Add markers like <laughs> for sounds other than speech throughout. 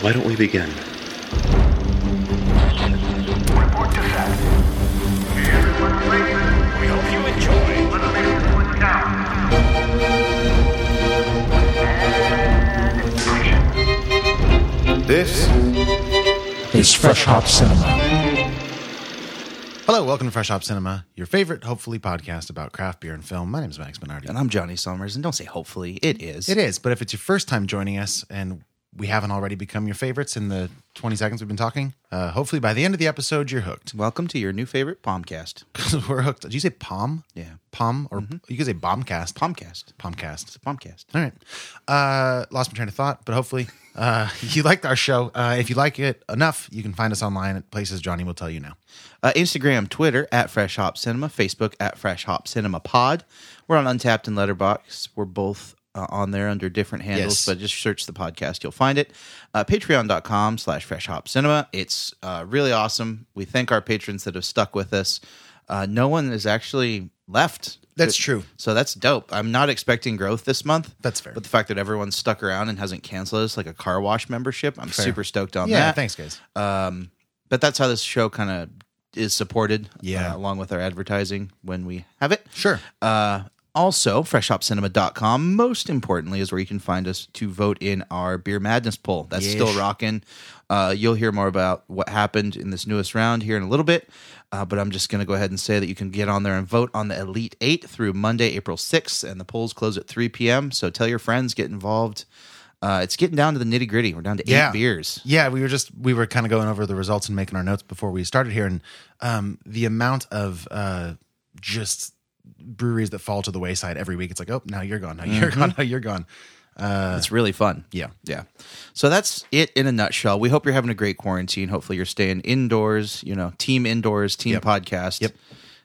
Why don't we begin? Report to set. Everyone please. We hope you enjoy. Let's make this one count. And action. This It's Fresh Hop Cinema. Hello, welcome to Fresh Hop Cinema, your favorite, hopefully, podcast about craft beer and film. My name is Max Minardi. And I'm Johnny Summers, and don't say hopefully, it is. It is, but if it's your first time joining us and we haven't already become your favorites in the 20 seconds we've been talking, uh, hopefully by the end of the episode, you're hooked. <laughs> Welcome to your new favorite Palmcast. We're hooked. Did you say palm? Yeah. Mm-hmm. Palm or you could say bombcast. Palmcast. Palmcast. Palmcast. All right. Uh, lost my train of thought, but hopefully uh, <laughs> you liked our show. Uh, if you like it enough, you can find us online at places Johnny will tell you now. Uh, Instagram, Twitter at Fresh Hop Cinema, Facebook at Fresh Hop Cinema Pod. We're on Untapped and Letterbox. We're both uh, on there under different handles, Yes. but just search the podcast, you'll find it. Uh, Patreon.com slash Fresh Hop Cinema. It's uh, really awesome. We thank our patrons that have stuck with us. Uh, no one has actually left. That's true. So that's dope. I'm not expecting growth this month. That's fair. But the fact that everyone's stuck around and hasn't canceled us like a car wash membership, I'm super stoked on yeah, that. thanks, guys. But that's how this show kind of is supported. Yeah. uh, along with our advertising when we have it. sure. Uh, also, freshhopcinema.com, most importantly, is where you can find us to vote in our Beer Madness poll. That's Yes. still rocking. Uh, you'll hear more about what happened in this newest round here in a little bit. Uh, but I'm just going to go ahead and say that you can get on there and vote on the Elite Eight through Monday, April 6th. And the polls close at 3 p.m. So tell your friends, get involved. Uh, it's getting down to the nitty gritty. We're down to yeah. eight beers. Yeah, we were just we were kind of going over the results and making our notes before we started here, and um, the amount of uh, just breweries that fall to the wayside every week. It's like, oh, now you're gone, now you're gone, <laughs> now you're gone. It's really fun. Yeah, Yeah. So that's it in a nutshell. We hope you're having a great quarantine. Hopefully you're staying indoors, you know, team indoors, team Yep. podcast. Yep.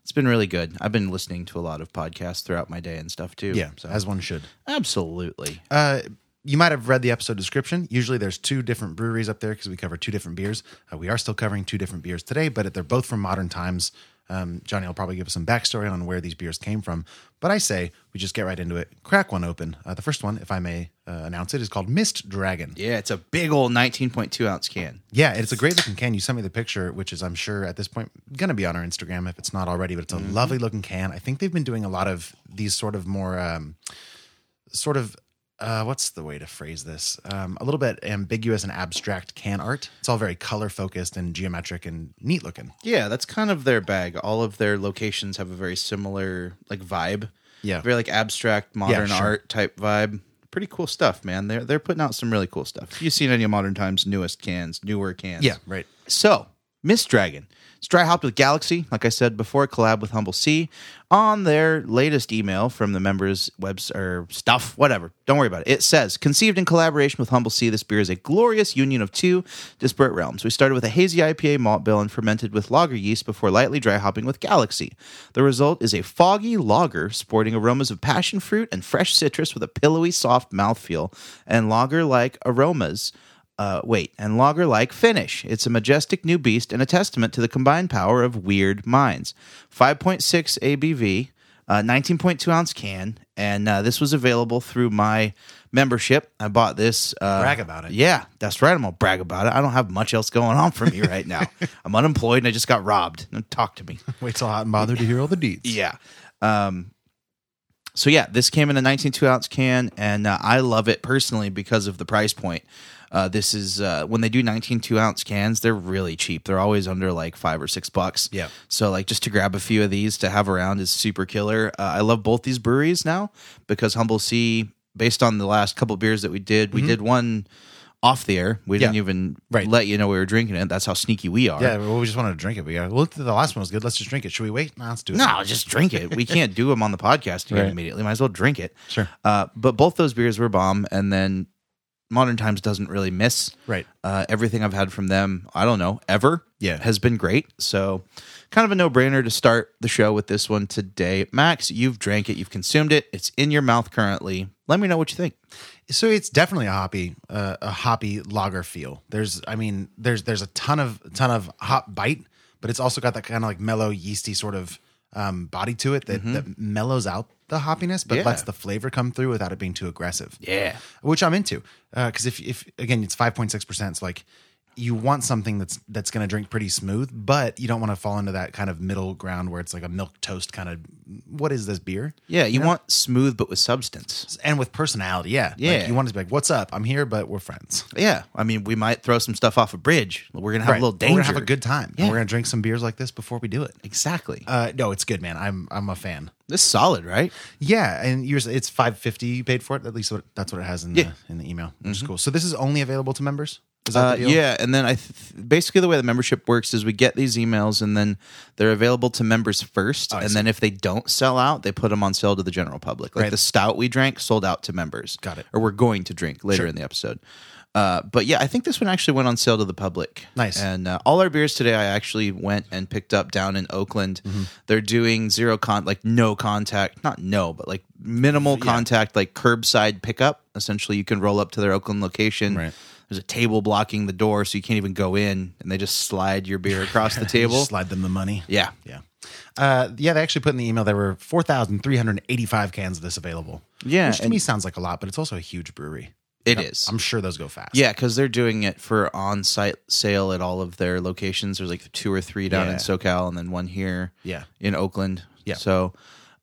It's been really good. I've been listening to a lot of podcasts throughout my day and stuff too. yeah, So as one should. absolutely. Uh, you might have read the episode description. Usually, there's two different breweries up there because we cover two different beers. Uh, we are still covering two different beers today, but they're both from modern times. Um, Johnny will probably give us some backstory on where these beers came from. But I say we just get right into it. Crack one open. Uh, the first one, if I may uh, announce it, is called Mist Dragon. yeah, it's a big old 19.2 ounce can. Yeah, it's a great looking can. You sent me the picture, which is, I'm sure, at this point, going to be on our Instagram if it's not already. But it's a Mm-hmm. lovely looking can. I think they've been doing a lot of these sort of more, um, sort of, uh, what's the way to phrase this? Um, a little bit ambiguous and abstract can art. It's all very color focused and geometric and neat looking. Yeah, that's kind of their bag. All of their locations have a very similar like vibe. Yeah. Very like abstract modern sure. art type vibe. Pretty cool stuff, man. They're they're putting out some really cool stuff. You've seen any of modern times newest cans, newer cans. right. So, Miss Dragon. It's dry hopped with Galaxy, like I said before, collab with Humble C. On their latest email from the members' webs or stuff, whatever. Don't worry about it. It says, conceived in collaboration with Humble C, this beer is a glorious union of two disparate realms. We started with a hazy IPA malt bill and fermented with lager yeast before lightly dry hopping with Galaxy. The result is a foggy lager sporting aromas of passion fruit and fresh citrus with a pillowy, soft mouthfeel and lager-like aromas uh, wait, and lager like finish. It's a majestic new beast and a testament to the combined power of Weird Minds. 5.6 ABV, uh, 19.2 ounce can, and uh, this was available through my membership. I bought this. Uh, Brag about it. Yeah, that's right. I'm going to brag about it. I don't have much else going on for me right <laughs> now. I'm unemployed and I just got robbed. Don't talk to me. Wait till I'm bothered to hear all the deets. Yeah. Um, so yeah, this came in a 19 two ounce can, and uh, I love it personally because of the price point. Uh, this is uh, when they do 19 two ounce cans, they're really cheap. They're always under like five or six bucks. Yeah. So like just to grab a few of these to have around is super killer. Uh, I love both these breweries now because Humble C, based on the last couple beers that we did, we did one off the air. We Mm-hmm. Yeah. didn't even Right. let you know we were drinking it. That's how sneaky we are. Yeah, well, we just wanted to drink it. We got, well, the last one was good. Let's just drink it. Should we wait? No, let's do it. No, just drink it. We can't do them on the podcast again Right. immediately. Might as well drink it. Sure. Uh, but both those beers were bomb, and then Modern Times doesn't really miss. Right. Uh, everything I've had from them, I don't know, ever, Yeah. has been great. So, kind of a no brainer to start the show with this one today. Max, you've drank it, you've consumed it, it's in your mouth currently. Let me know what you think. so it's definitely a hoppy uh, a hoppy lager feel there's i mean there's there's a ton of ton of hop bite but it's also got that kind of like mellow yeasty sort of um, body to it that, that mellows out the hoppiness, but Mm-hmm. Yeah. lets the flavor come through without it being too aggressive. Yeah. which I'm into because if if again it's five point six percent, so like you want something that's that's going to drink pretty smooth, but you don't want to fall into that kind of middle ground where it's like a milk toast kind of what is this beer? Yeah, you want smooth but with substance. And with personality, yeah, Like, Yeah. you want it to be like, "What's up? I'm here, but we're friends." Yeah, I mean, we might throw some stuff off a bridge. We're gonna have Right. a little danger. We're gonna have a good time. And Yeah. we're gonna drink some beers like this before we do it. Exactly. Uh, no, it's good, man. I'm I'm a fan. this is solid, right? Yeah, and yours it's five fifty. You paid for it. At least what, that's what it has in Yeah. the in the email, which is cool. So this is only available to members. Is that Uh, the deal? yeah, and then I th- basically the way the membership works is we get these emails, and then they're available to members Oh, first, and then if they don't sell out, they put them on sale to the general public. Like Right. the stout we drank sold out to members. Got it. Or we're going to drink later in the episode. Uh, but yeah, I think this one actually went on sale to the public. Nice. And uh, all our beers today, I actually went and picked up down in Oakland. Mm-hmm. They're doing zero con, like no contact, not no, but like minimal contact, like curbside pickup. Essentially, you can roll up to their Oakland location. Right. There's a table blocking the door, so you can't even go in, and they just slide your <laughs> beer across the You table. just slide them the money. yeah. Yeah. Uh, yeah, they actually put in the email there were 4,385 cans of this available. Yeah, Which to and- me sounds like a lot, but it's also a huge brewery. it is. I'm sure those go fast. Yeah, because they're doing it for on-site sale at all of their locations. There's like two or three down Yeah. in SoCal, and then one here. Yeah. in Oakland. Yeah. So,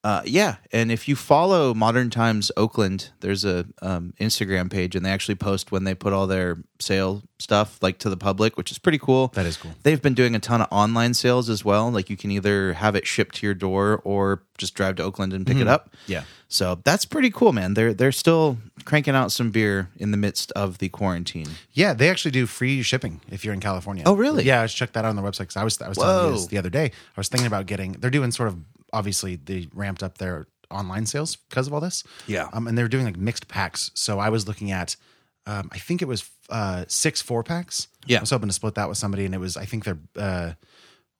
uh, yeah, and if you follow Modern Times Oakland, there's a um, Instagram page, and they actually post when they put all their sale stuff like to the public, which is pretty cool. That is cool. They've been doing a ton of online sales as well. Like you can either have it shipped to your door or just drive to Oakland and pick Mm-hmm. it up. Yeah. So that's pretty cool, man. They're they're still cranking out some beer in the midst of the quarantine. Yeah, they actually do free shipping if you're in California. Oh, really? Yeah, I should check that out on their website 'cause I was I was telling you Whoa. this the other day. I was thinking about getting. They're doing sort of obviously they ramped up their online sales because of all this. Yeah. Um, and they're doing like mixed packs. So I was looking at, um, I think it was uh six four packs. Yeah. I was hoping to split that with somebody, and it was I think they're uh,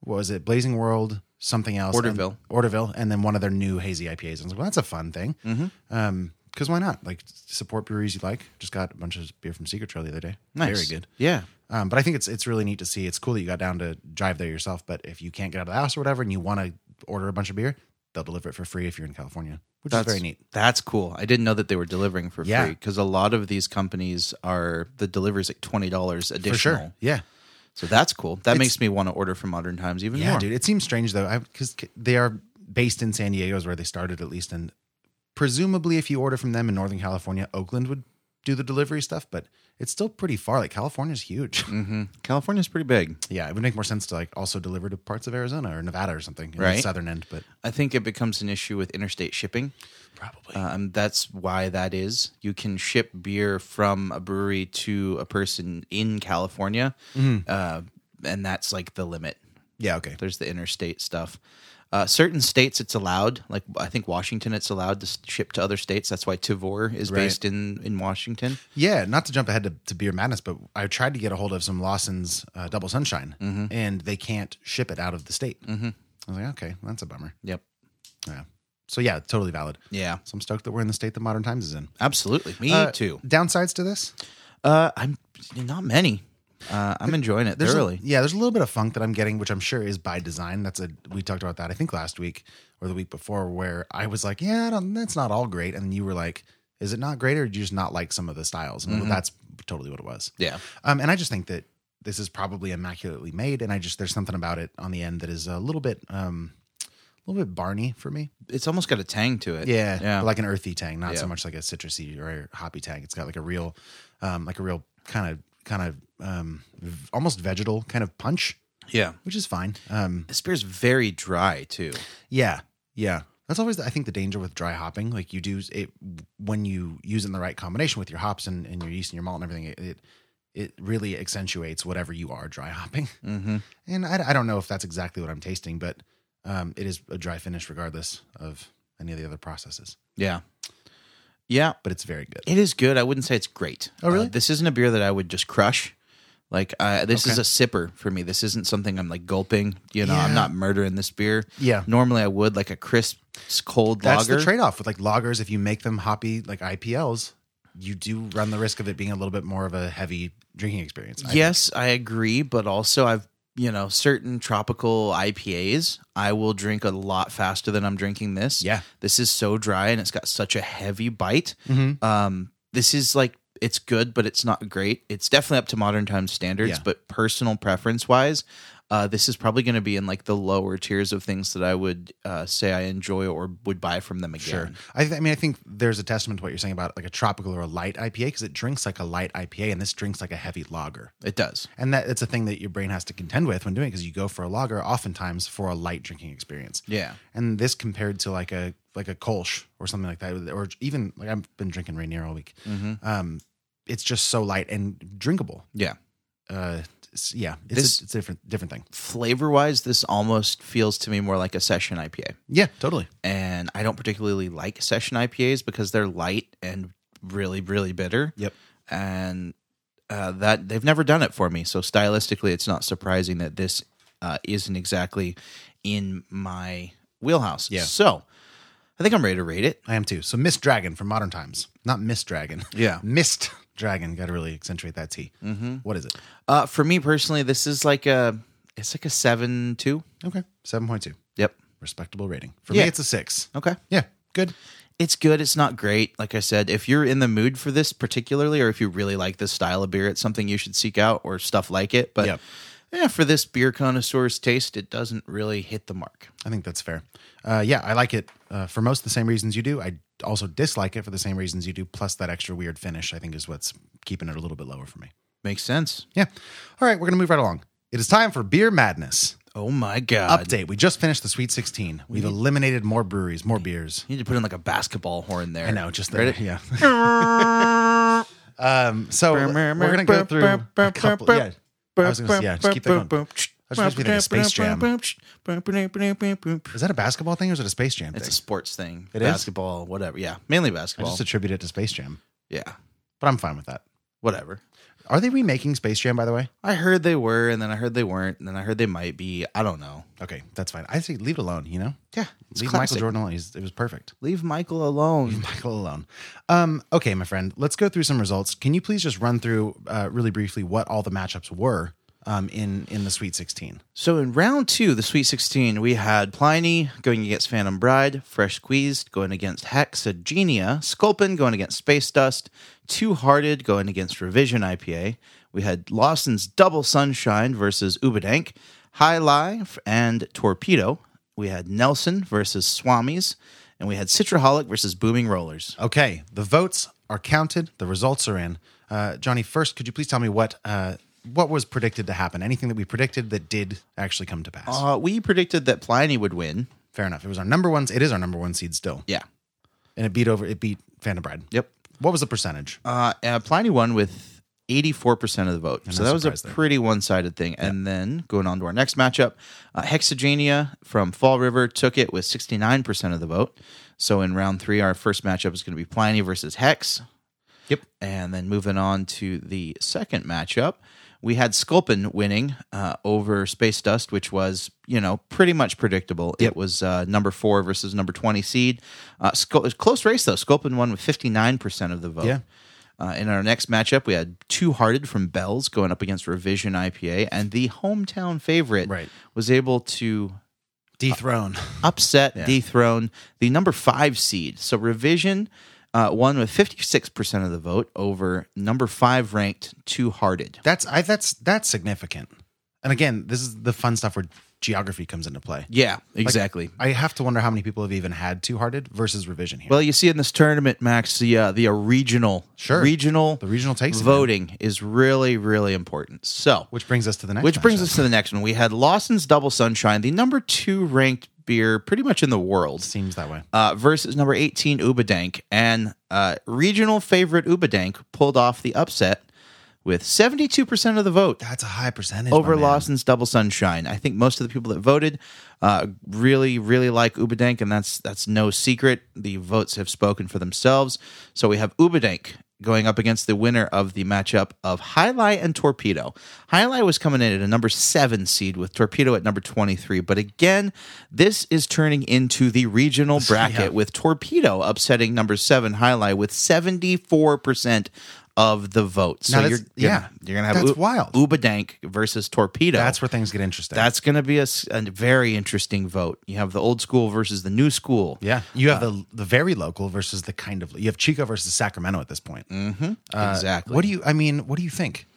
what was it Blazing World something else and- Orderville. Orderville, and then one of their new hazy IPAs. And I was like, well, that's a fun thing. Mm-hmm. Um, because why not? Like support breweries you like. Just got a bunch of beer from Secret Trail the other day. Very Nice. good. Yeah. Um, but I think it's it's really neat to see. It's cool that you got down to drive there yourself. But if you can't get out of the house or whatever, and you want to order a bunch of beer, they'll deliver it for free if you're in California, which is very neat. That's cool. I didn't know that they were delivering for Yeah. free because a lot of these companies are the deliveries like twenty dollars additional. For sure. Yeah. So that's cool. That makes me want to order from Modern Times even Yeah, more. dude. It seems strange though, because they are based in San Diego, is where they started at least, and presumably, if you order from them in Northern California, Oakland would do the delivery stuff. But it's still pretty far. Like California's huge. <laughs> hmm California's pretty big. yeah, it would make more sense to like also deliver to parts of Arizona or Nevada or something, in the Right. southern end. But I think it becomes an issue with interstate shipping. probably Um, that's why that is. You can ship beer from a brewery to a person in California, Mm-hmm. uh, and that's like the limit. yeah, okay, There's the interstate stuff. Uh, certain states it's allowed. Like I think Washington, it's allowed to s- ship to other states. That's why Tavor is Right. based in in Washington. yeah. Not to jump ahead to, to beer madness, but I tried to get a hold of some Lawson's uh, Double Sunshine, Mm-hmm. and they can't ship it out of the state. Mm-hmm. I was like, okay, that's a bummer. Yep. Yeah. So yeah, totally valid. Yeah. So I'm stoked that we're in the state that Modern Times is in. Absolutely. Me Uh, too. Downsides to this? Uh, I'm not many. Uh, I'm enjoying it There's a- thoroughly. yeah, there's a little bit of funk that I'm getting, which I'm sure is by design. That's a we talked about that I think last week or the week before, where I was like, yeah, I don't, that's not all great, and you were like, is it not great, or do you just not like some of the styles? And that's totally what it was. Mm-hmm. Yeah. Um, and I just think that this is probably immaculately made, and I just there's something about it on the end that is a little bit um, a little bit Barney for me. It's almost got a tang to it. Yeah, Yeah. but like an earthy tang, not so Yeah. much like a citrusy or a hoppy tang. It's got like a real, um, like a real kind of kind of um, v- almost vegetal kind of punch, yeah. which is fine. Um, This beer's very dry too. yeah, yeah. That's always I think the danger with dry hopping. Like you do it when you use it in the right combination with your hops and, and your yeast and your malt and everything. It, it it really accentuates whatever you are dry hopping. Mm-hmm. And I, I don't know if that's exactly what I'm tasting, but um, it is a dry finish regardless of any of the other processes. Yeah. Yeah. But it's very good. It is good. I wouldn't say it's great. Oh, really? Uh, this isn't a beer that I would just crush. Like uh, this is Okay. a sipper for me. This isn't something I'm like gulping. You know, I'm Yeah. not murdering this beer. Yeah. Normally I would like a crisp cold That's lager. the trade-off with like loggers. If you make them hoppy, like IPLs, you do run the risk of it being a little bit more of a heavy drinking experience. I think. yes, I agree, but also I've you know, certain tropical IPAs, I will drink a lot faster than I'm drinking this. Yeah. This is so dry and it's got such a heavy bite. Um, this is like, it's good, but it's not great. It's definitely up to modern times standards, Yeah. but personal preference wise, uh, this is probably going to be in like the lower tiers of things that I would uh, say I enjoy or would buy from them again. Sure. I, th- I mean, I think there's a testament to what you're saying about like a tropical or a light IPA because it drinks like a light IPA and this drinks like a heavy lager. It does. And that it's a thing that your brain has to contend with when doing because you go for a lager oftentimes for a light drinking experience. Yeah. And this compared to like a like a Kolsch or something like that, or even like I've been drinking Rainier all week. Um, it's just so light and drinkable. Yeah. Uh, it's- yeah, it's This- a, it's a different different thing. Flavor wise, this almost feels to me more like a session IPA. Yeah, totally. and I don't particularly like session IPAs because they're light and really, really bitter. Yep. And uh, that they've never done it for me. So stylistically, it's not surprising that this uh, isn't exactly in my wheelhouse. Yeah. So I think I'm ready to rate it. I am too. So Miss Dragon from Modern Times, not Miss Dragon. <laughs> Yeah. Mist Dragon. Got to really accentuate that T. What is it? Uh, for me personally, this is like a it's like a seven two. Okay, seven point two. Yep. Respectable rating. For Yeah. me, it's a six. Okay. Yeah, good. It's good. It's not great. Like I said, if you're in the mood for this particularly, or if you really like this style of beer, it's something you should seek out or stuff like it. But Yep. yeah, for this beer connoisseur's taste, it doesn't really hit the mark. I think that's fair. Uh, yeah, I like it uh, for most of the same reasons you do. I also dislike it for the same reasons you do. Plus, that extra weird finish, I think, is what's keeping it a little bit lower for me. Makes sense. Yeah. All right, we're going to move right along. It is time for Beer Madness. Oh my god! Update. We just finished the Sweet 16. We've eliminated more breweries, more beers. You need to put in like a basketball horn there. I know, just Ready? that. Yeah. um, so we're going to go through a couple. Yeah. I was gonna say, yeah, just keep that going. I was supposed to be thinking of Space Jam. Is that a basketball thing or is it a Space Jam It's a thing? sports thing. It is? basketball, whatever. Yeah, mainly I basketball. just attribute it to Space Jam, yeah, but I'm fine with that. whatever. Are they remaking Space Jam, by the way? I heard they were, and then I heard they weren't, and then I heard they might be. I don't know. Okay, that's fine. I say leave it alone, you know? Yeah, it's leave classic. Michael Jordan alone. He's, it was perfect. <laughs> Leave Michael alone. Michael alone. Um, okay, my friend, let's go through some results. Can you please just run through uh, really briefly what all the matchups were um, in, in the Sweet 16? So in round two, the Sweet 16, we had Pliny going against Phantom Bride, Fresh Squeezed going against Hexagenia, Sculpin going against Space Dust, Two Hearted going against Revision IPA. We had Lawson's Double Sunshine versus Ubadank, High Life and Torpedo. We had Nelson versus Swami's, and we had Citraholic versus Booming Rollers. Okay, the votes are counted, the results are in. Uh, Johnny, first, could you please tell me what uh, what was predicted to happen? Anything that we predicted that did actually come to pass? Uh, we predicted that Pliny would win. Fair enough. It was our number one. It is our number one seed still, Yeah. and it beat over. It beat Phantom Bride. Yep. What was the percentage? Uh, uh, Pliny won with 84% of the vote. so no that was a surprise there. pretty one sided thing. And then going on to our next matchup, uh, Hexagenia from Fall River took it with 69% of the vote. So in round three, our first matchup is going to be Pliny versus Hex. Yep. And then moving on to the second matchup, we had Sculpin winning uh, over Space Dust, which was, you know, pretty much predictable. It was uh, number four versus number 20 seed. Uh, Scul- it was a close race, though. Sculpin won with 59% of the vote. Yeah. Uh, in our next matchup, we had Two Hearted from Bells going up against Revision IPA, and the hometown favorite Right. was able to Dethrone. upset, dethrone the number five seed. So Revision uh, won with 56% of the vote over number five ranked Two Hearted. <laughs> That's I. That's that's significant. And again, this is the fun stuff where geography comes into play. Yeah, exactly. I have to wonder how many people have even had Two Hearted versus Revision here. well, you see in this tournament, Max, the uh, the uh, regional, Sure. regional, The regional takes it, man. voting is really, really important. So, which brings us to the next. Which brings matchup. us to the next one. We had Lawson's Double Sunshine, the number two ranked beer pretty much in the world, seems that way. uh, versus number 18, Ubadank. And uh, regional favorite Ubadank pulled off the upset with 72% of the vote That's a high percentage. my over man. Lawson's Double Sunshine. I think most of the people that voted uh, really, really like Ubadank, and that's that's no secret. The votes have spoken for themselves. So we have Ubadank going up against the winner of the matchup of Highlight and Torpedo. Highlight was coming in at a number seven seed with Torpedo at number 23. But again, this is turning into <laughs> the regional bracket with Torpedo upsetting number seven Highlight with 74% of the vote. So Now you're, that's- you're yeah. you're gonna have That's U- wild. Ubadank versus Torpedo. That's where things get interesting. that's gonna be a, s- a very interesting vote. You have the old school versus the new school. yeah. You have Uh, the the very local versus the kind of you have Chico versus Sacramento at this point. Mm. exactly. Uh, What do you? I mean, what do you think?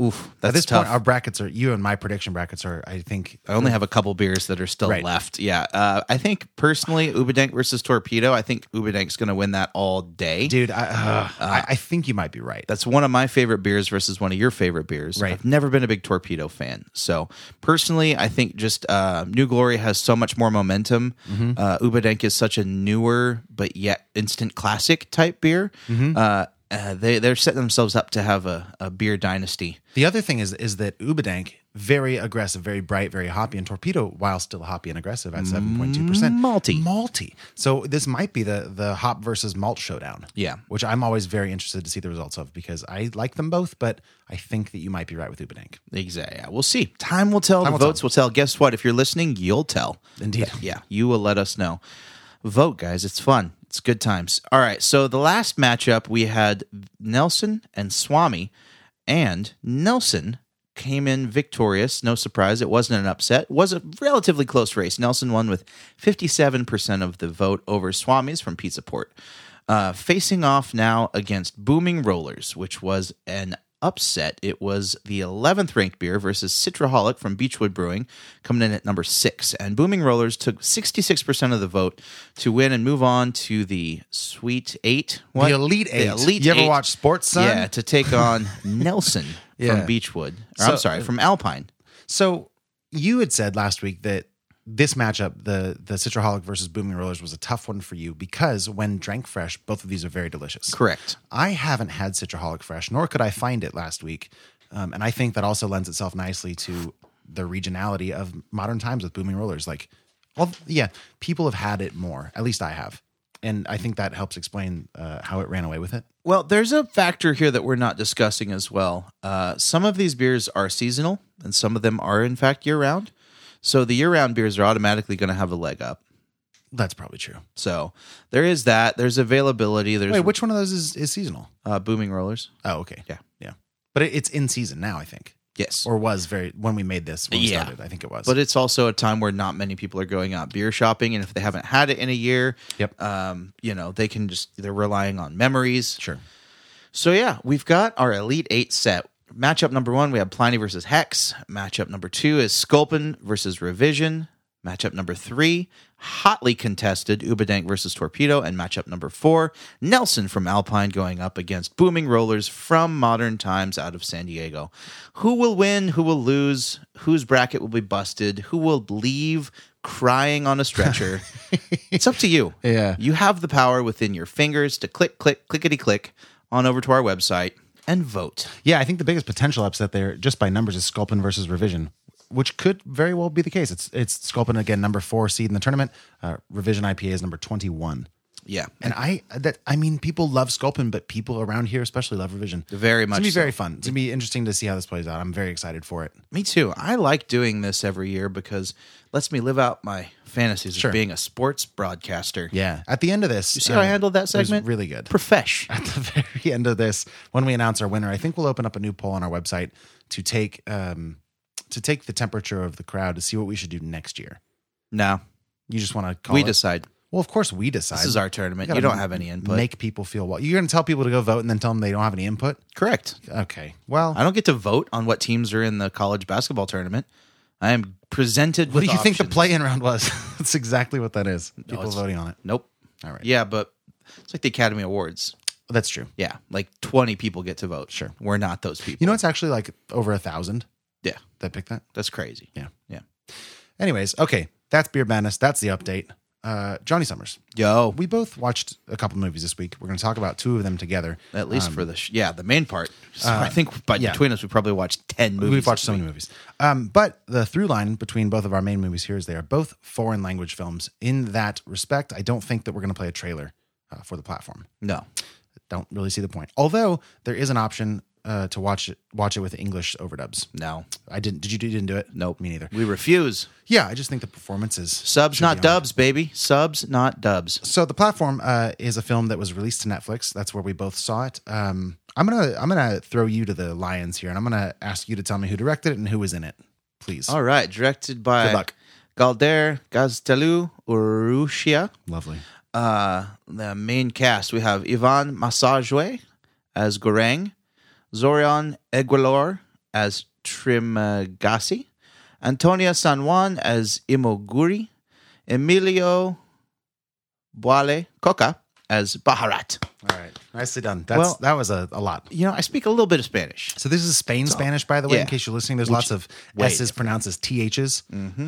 Oof, At that's this tough. point, our brackets are you and my prediction brackets are. I think I only have a couple beers that are still Right. left. Yeah, uh, I think personally, Ubadank versus Torpedo. I think Ubadank's gonna win that all day. dude. I, uh, I I think you might be right. That's one of my favorite beers versus one of your favorite beers. Right. I've never been a big torpedo fan. So personally, I think just uh, New Glory has so much more momentum. Mm-hmm. Uh, Ubadenk is such a newer but yet instant classic type beer. Mm-hmm. Uh, uh, they they're setting themselves up to have a, a beer dynasty. The other thing is is that Ubadank very aggressive, very bright, very hoppy, and torpedo while still hoppy and aggressive at seven point two percent. Malty. malty. So this might be the the hop versus malt showdown. Yeah. which I'm always very interested to see the results of because I like them both, but I think that you might be right with Ubadank. Exactly. Yeah, we'll see. Time will tell. Time the will votes will tell. Guess what? If you're listening, you'll tell. Indeed. Yeah, you will let us know. Vote, guys. It's fun. It's good times. All right. So the last matchup we had Nelson and Swami, and Nelson came in victorious. No surprise. It wasn't an upset. It was a relatively close race. Nelson won with 57% of the vote over Swami's from Pizza Port. Uh, facing off now against Booming Rollers, which was an upset. It was the 11th ranked beer versus Citraholic from Beechwood Brewing, coming in at number six. And Booming Rollers took 66% of the vote to win and move on to the Sweet Eight. What? The Elite Eight. Elite you ever Eight. watch Sports Son? Yeah, to take <laughs> on Nelson Yeah. from Beechwood. So- Or, I'm sorry, from Alpine. So you had said last week that this matchup, the the Citraholic versus Booming Rollers, was a tough one for you because when drank fresh, both of these are very delicious. Correct. I haven't had Citraholic Fresh, nor could I find it last week. Um, and I think that also lends itself nicely to the regionality of modern times with booming rollers. Like, all, yeah, people have had it more. At least I have. And I think that helps explain uh, how it ran away with it. Well, there's a factor here that we're not discussing as well. Uh, some of these beers are seasonal, and some of them are, in fact, year round. So the year round beers are automatically going to have a leg up. That's probably true. So there is that. There's availability. There's Wait, which one of those is, is seasonal? uh, booming rollers. Oh, okay. Yeah. Yeah. But it, it's in season now, I think, Yes. or was very when we made this, when we Yeah. started, I think it was. but it's also a time where not many people are going out beer shopping, and if they haven't had it in a year, Yep. um, you know they can just they're relying on memories. sure. So yeah, we've got our Elite Eight set. Matchup number one, we have Pliny versus Hex. Matchup number two is Sculpin versus Revision. Matchup number three, hotly contested Ubadank versus Torpedo. And matchup number four, Nelson from Alpine going up against Booming Rollers from Modern Times out of San Diego. Who will win? Who will lose? Whose bracket will be busted? Who will leave crying on a stretcher? it's up to you. <laughs> Yeah. You have the power within your fingers to click, click, clickety click on over to our website and vote. Yeah, I think the biggest potential upset there, just by numbers, is Sculpin versus Revision, which could very well be the case. It's it's Sculpin again, number four seed in the tournament. Uh, Revision IPA is number twenty one, Yeah. and I that I mean, people love Sculpin, but people around here especially love Revision. Very it's much gonna be so. very fun. It's gonna be interesting to see how this plays out. I'm very excited for it. Me too. I like doing this every year because it lets me live out my fantasies Sure. of being a sports broadcaster. Yeah. At the end of this, you See how I handled that segment? really good. <laughs> Profesh. at the very end of this when we announce our winner i think we'll open up a new poll on our website to take um to take the temperature of the crowd to see what we should do next year No, you just want to call we it- decide. well of course we decide This is our tournament. gotta You don't have any input. make people feel well you're going to tell people to go vote and then tell them they don't have any input Correct. okay well I don't get to vote on what teams are in the college basketball tournament. I am presented what with do you think the options. play-in round was <laughs> that's exactly what that is people it's- voting on it Nope. all right Yeah, but it's like the Academy Awards. that's true Yeah, like 20 people get to vote. Sure. We're not those people. you know it's actually like over a thousand Yeah, that picked that that's crazy. Yeah. Yeah. anyways okay that's beer madness that's the update uh johnny summers Yo, we both watched a couple movies this week. We're going to talk about two of them together. at least for the sh- yeah, the main part. So I think by Um, uh, yeah. between us we probably watched 10 movies. We've watched this so many week. movies. Um, but the through line between both of our main movies here is they are both foreign language films. In that respect, I don't think that we're going to play a trailer uh, for the platform. No. Don't really see the point. Although there is an option uh, to watch it watch it with English overdubs. No. I didn't. Did you? You didn't do it? Nope. Me neither. We refuse. Yeah, I just think the performances Subs should be not on. dubs, baby. Subs not dubs. So the platform uh, is a film that was released to Netflix. That's where we both saw it. Um, I'm gonna I'm gonna throw you to the lions here, and I'm gonna ask you to tell me who directed it and who was in it, please. All right, directed Good by luck. Galder Gaztelu Urrutia. Lovely. Uh, the main cast we have Ivan Masajwe as Goreng, Zorion Eguilor as Trimagasi, Antonia San Juan as Imoguri, Emilio Boale Coca as Baharat. All right, nicely done. That's Well- that was a, a lot. You know, I speak a little bit of Spanish. So this is Spain Spanish, by the way, yeah. in case you're listening. There's lots of way Mm-hmm. S's pronounced as THs,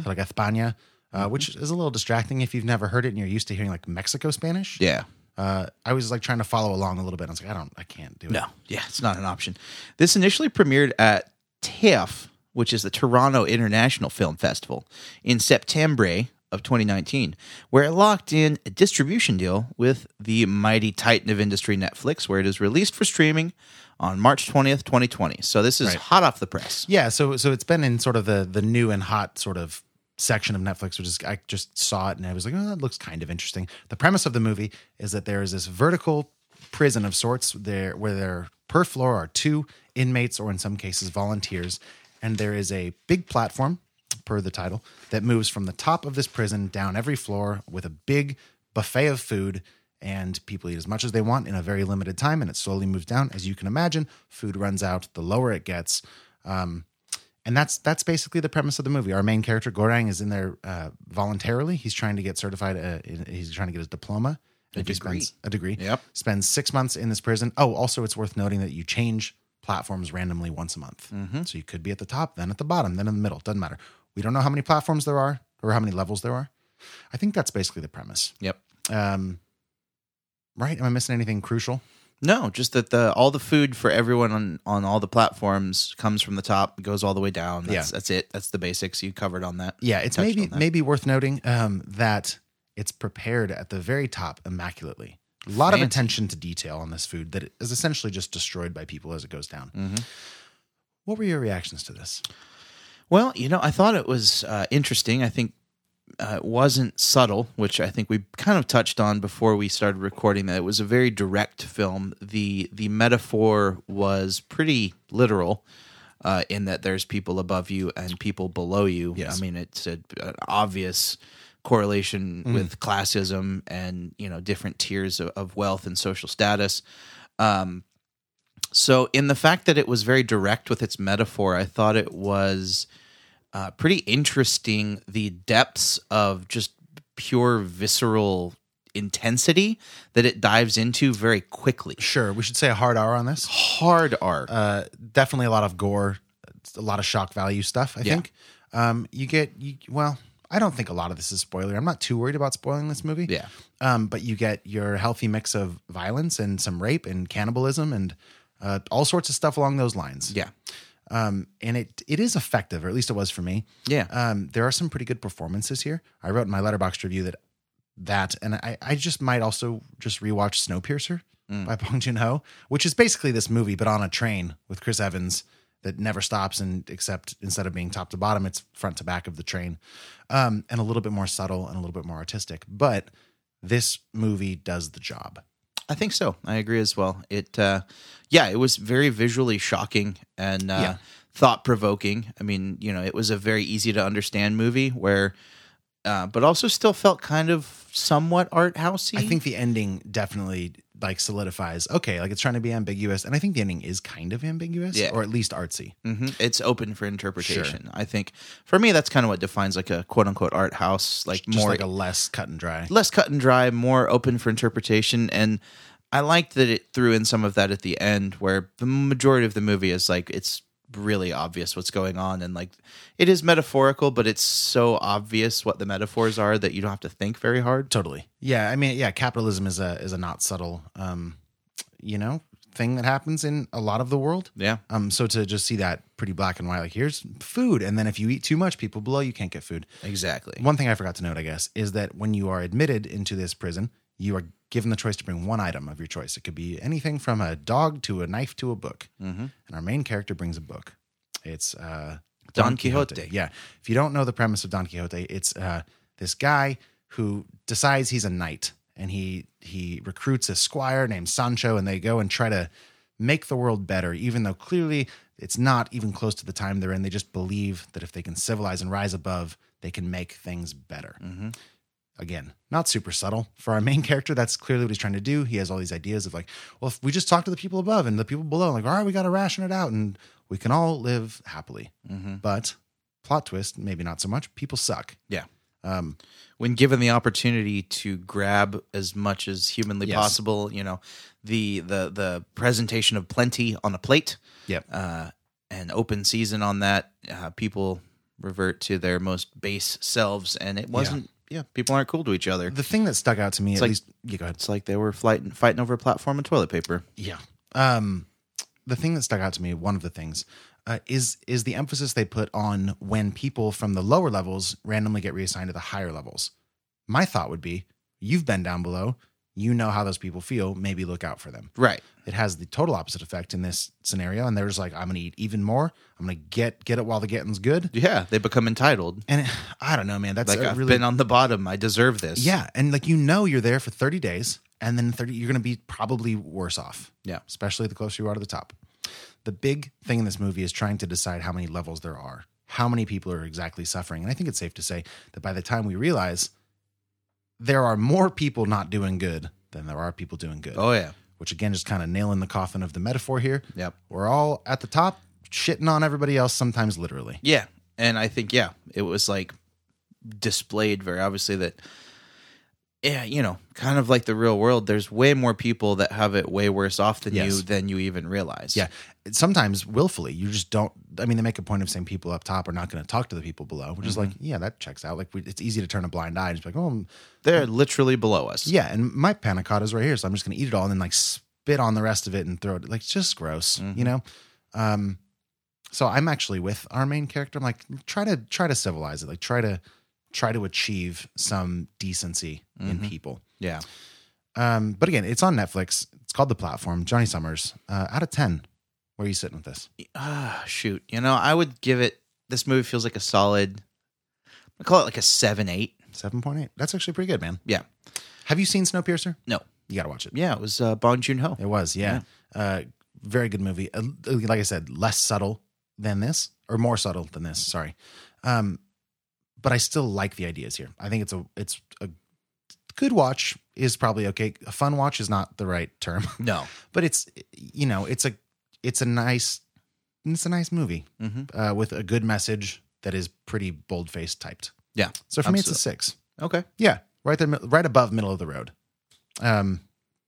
like España, uh, which is a little distracting if you've never heard it and you're used to hearing like Mexico Spanish. Yeah. Uh, I was like trying to follow along a little bit. I was like, I don't, I can't do it. No, yeah, it's not an option. This initially premiered at TIFF, which is the Toronto International Film Festival, in September of 2019, where it locked in a distribution deal with the mighty titan of industry Netflix, where it is released for streaming on March 20th, 2020. So this is Right. hot off the press. Yeah, so so it's been in sort of the the new and hot sort of section of Netflix, which is I just saw it and I was like, oh, that looks kind of interesting. The premise of the movie is that there is this vertical prison of sorts there where there per floor are two inmates or in some cases volunteers, and there is a big platform per the title that moves from the top of this prison down every floor with a big buffet of food and people eat as much as they want in a very limited time and it slowly moves down as you can imagine food runs out the lower it gets um, and that's that's basically the premise of the movie. Our main character Gorang is in there uh, voluntarily. He's trying to get certified. Uh, in- he's trying to get his diploma. A degree. a degree. Yep. Spends six months in this prison. Oh, also it's worth noting that you change platforms randomly once a month. So you could be at the top, then at the bottom, then in the middle. Doesn't matter. We don't know how many platforms there are or how many levels there are. I think that's basically the premise. Yep. Um, right? Am I missing anything crucial? No, just that the all the food for everyone on, on all the platforms comes from the top, goes all the way down. That's, Yeah. that's it. That's the basics you covered on that. Yeah, it's touched maybe on that. maybe worth noting um, that it's prepared at the very top immaculately. A lot Fancy. of attention to detail on this food that is essentially just destroyed by people as it goes down. Mm-hmm. What were your reactions to this? Well, you know, I thought it was uh, interesting. I think uh, it wasn't subtle, which I think we kind of touched on before we started recording. That it was a very direct film. the The metaphor was pretty literal, uh, in that there's people above you and people below you. I mean, it's a, an obvious correlation Mm. with classism and you know different tiers of, of wealth and social status. Um, So, in the fact that it was very direct with its metaphor, I thought it was uh, pretty interesting the depths of just pure visceral intensity that it dives into very quickly. Sure, we should say a hard R on this. Hard art. Uh, definitely a lot of gore, a lot of shock value stuff. I Yeah. think um, you get you, well. I don't think a lot of this is spoiler. I'm not too worried about spoiling this movie. Yeah. Um, but you get your healthy mix of violence and some rape and cannibalism and uh, all sorts of stuff along those lines. yeah. um, and it it is effective, or at least it was for me. Yeah. Um, there are some pretty good performances here. I wrote in my letterbox review that that, and I I just might also just rewatch Snowpiercer by <laughs> Bong Joon Ho, which is basically this movie but on a train with Chris Evans that never stops and except instead of being top to bottom, it's front to back of the train, um, and a little bit more subtle and a little bit more artistic, but. This movie does the job. I think so. I agree as well. It, uh, yeah, it was very visually shocking and uh, Yeah. thought provoking. I mean, you know, it was a very easy to understand movie where, uh, but also still felt kind of somewhat art housey. I think the ending definitely like solidifies. Okay, like it's trying to be ambiguous, and I think the ending is kind of ambiguous, Yeah. or at least artsy. hmm It's open for interpretation. I think for me, that's kind of what defines like a quote unquote art house, like Just more like a less cut and dry. less cut and dry, more open for interpretation. And I liked that it threw in some of that at the end, where the majority of the movie is like it's really obvious what's going on, and like it is metaphorical, but it's so obvious what the metaphors are that you don't have to think very hard. Totally. Yeah, I mean, yeah, capitalism is a is a not subtle, um, you know, thing that happens in a lot of the world. Yeah. Um, so to just see that pretty black and white, like here's food, and then if you eat too much, people below you can't get food. Exactly. One thing I forgot to note, I guess, is that when you are admitted into this prison, you are given the choice to bring one item of your choice. It could be anything from a dog to a knife to a book. And our main character brings a book. It's uh, Don Quixote. Yeah. If you don't know the premise of Don Quixote, it's uh, this guy who decides he's a knight and he he recruits a squire named Sancho and they go and try to make the world better, even though clearly it's not even close to the time they're in. They just believe that if they can civilize and rise above, they can make things better. Again, not super subtle. For our main character, that's clearly what he's trying to do. He has all these ideas of like, well, if we just talk to the people above and the people below, like, all right, we got to ration it out and we can all live happily. Mm-hmm. But plot twist, maybe not so much. People suck. Yeah. Um, When given the opportunity to grab as much as humanly Yes. possible, you know, the the the presentation of plenty on a plate yep. uh, and open season on that, uh, people revert to their most base selves, and it wasn't. Yeah, people aren't cool to each other. the thing that stuck out to me, at like- least, yeah, go ahead. It's like they were fighting fighting over a platform and toilet paper. Yeah. Um, the thing that stuck out to me, one of the things, uh, is is the emphasis they put on when people from the lower levels randomly get reassigned to the higher levels. My thought would be, you've been down below, you know how those people feel. Maybe look out for them. Right. It has the total opposite effect in this scenario, and they're just like, I'm gonna eat even more. I'm gonna get get it while the getting's good. Yeah, they become entitled. And it, I don't know, man. That's Like a I've really been on the bottom. I deserve this. yeah, and like you know, you're there for 30 days, and then 30 you're going to be probably worse off. Yeah. especially the closer you are to the top. The big thing in this movie is trying to decide how many levels there are, how many people are exactly suffering, and I think it's safe to say that by the time we realize there are more people not doing good than there are people doing good. Oh yeah. Which again is kind of nailing the coffin of the metaphor here. Yep. We're all at the top shitting on everybody else sometimes literally. Yeah, and I think yeah, it was like displayed very obviously that yeah, you know, kind of like the real world. There's way more people that have it way worse off than you Yes. than you even realize. Yeah. Sometimes willfully, you just don't. I mean, they make a point of saying people up top are not going to talk to the people below, which is like, yeah, that checks out. Like, we, it's easy to turn a blind eye and just be like, oh, mm, they're literally below us. yeah. And my panna cotta is right here. So I'm just going to eat it all and then like spit on the rest of it and throw it. Like, it's just gross, you know? Um, so I'm actually with our main character. I'm like, try to try to civilize it. Like, try to try to achieve some decency in people. yeah, Um, but again, it's on Netflix. It's called The Platform. Johnny Summers. Uh, out of ten, where are you sitting with this? Ah, shoot. You know, I would give it. This movie feels like a solid. I call it like a seven eight. Seven point eight. That's actually pretty good, man. Yeah. Have you seen Snowpiercer? No. You gotta watch it. Yeah, it was uh, Bong Joon Ho. It was, yeah. Uh, very good movie. Uh, like I said, less subtle than this, or more subtle than this. Sorry, um, but I still like the ideas here. I think it's a it's a good watch is probably okay. A fun watch is not the right term, <laughs> No. but it's you know it's a it's a nice it's a nice movie Mhm. uh, with a good message that is pretty bold faced typed. Yeah. So for me, it's a Absolutely. six. Okay. Yeah, right there, right above middle of the road. Um,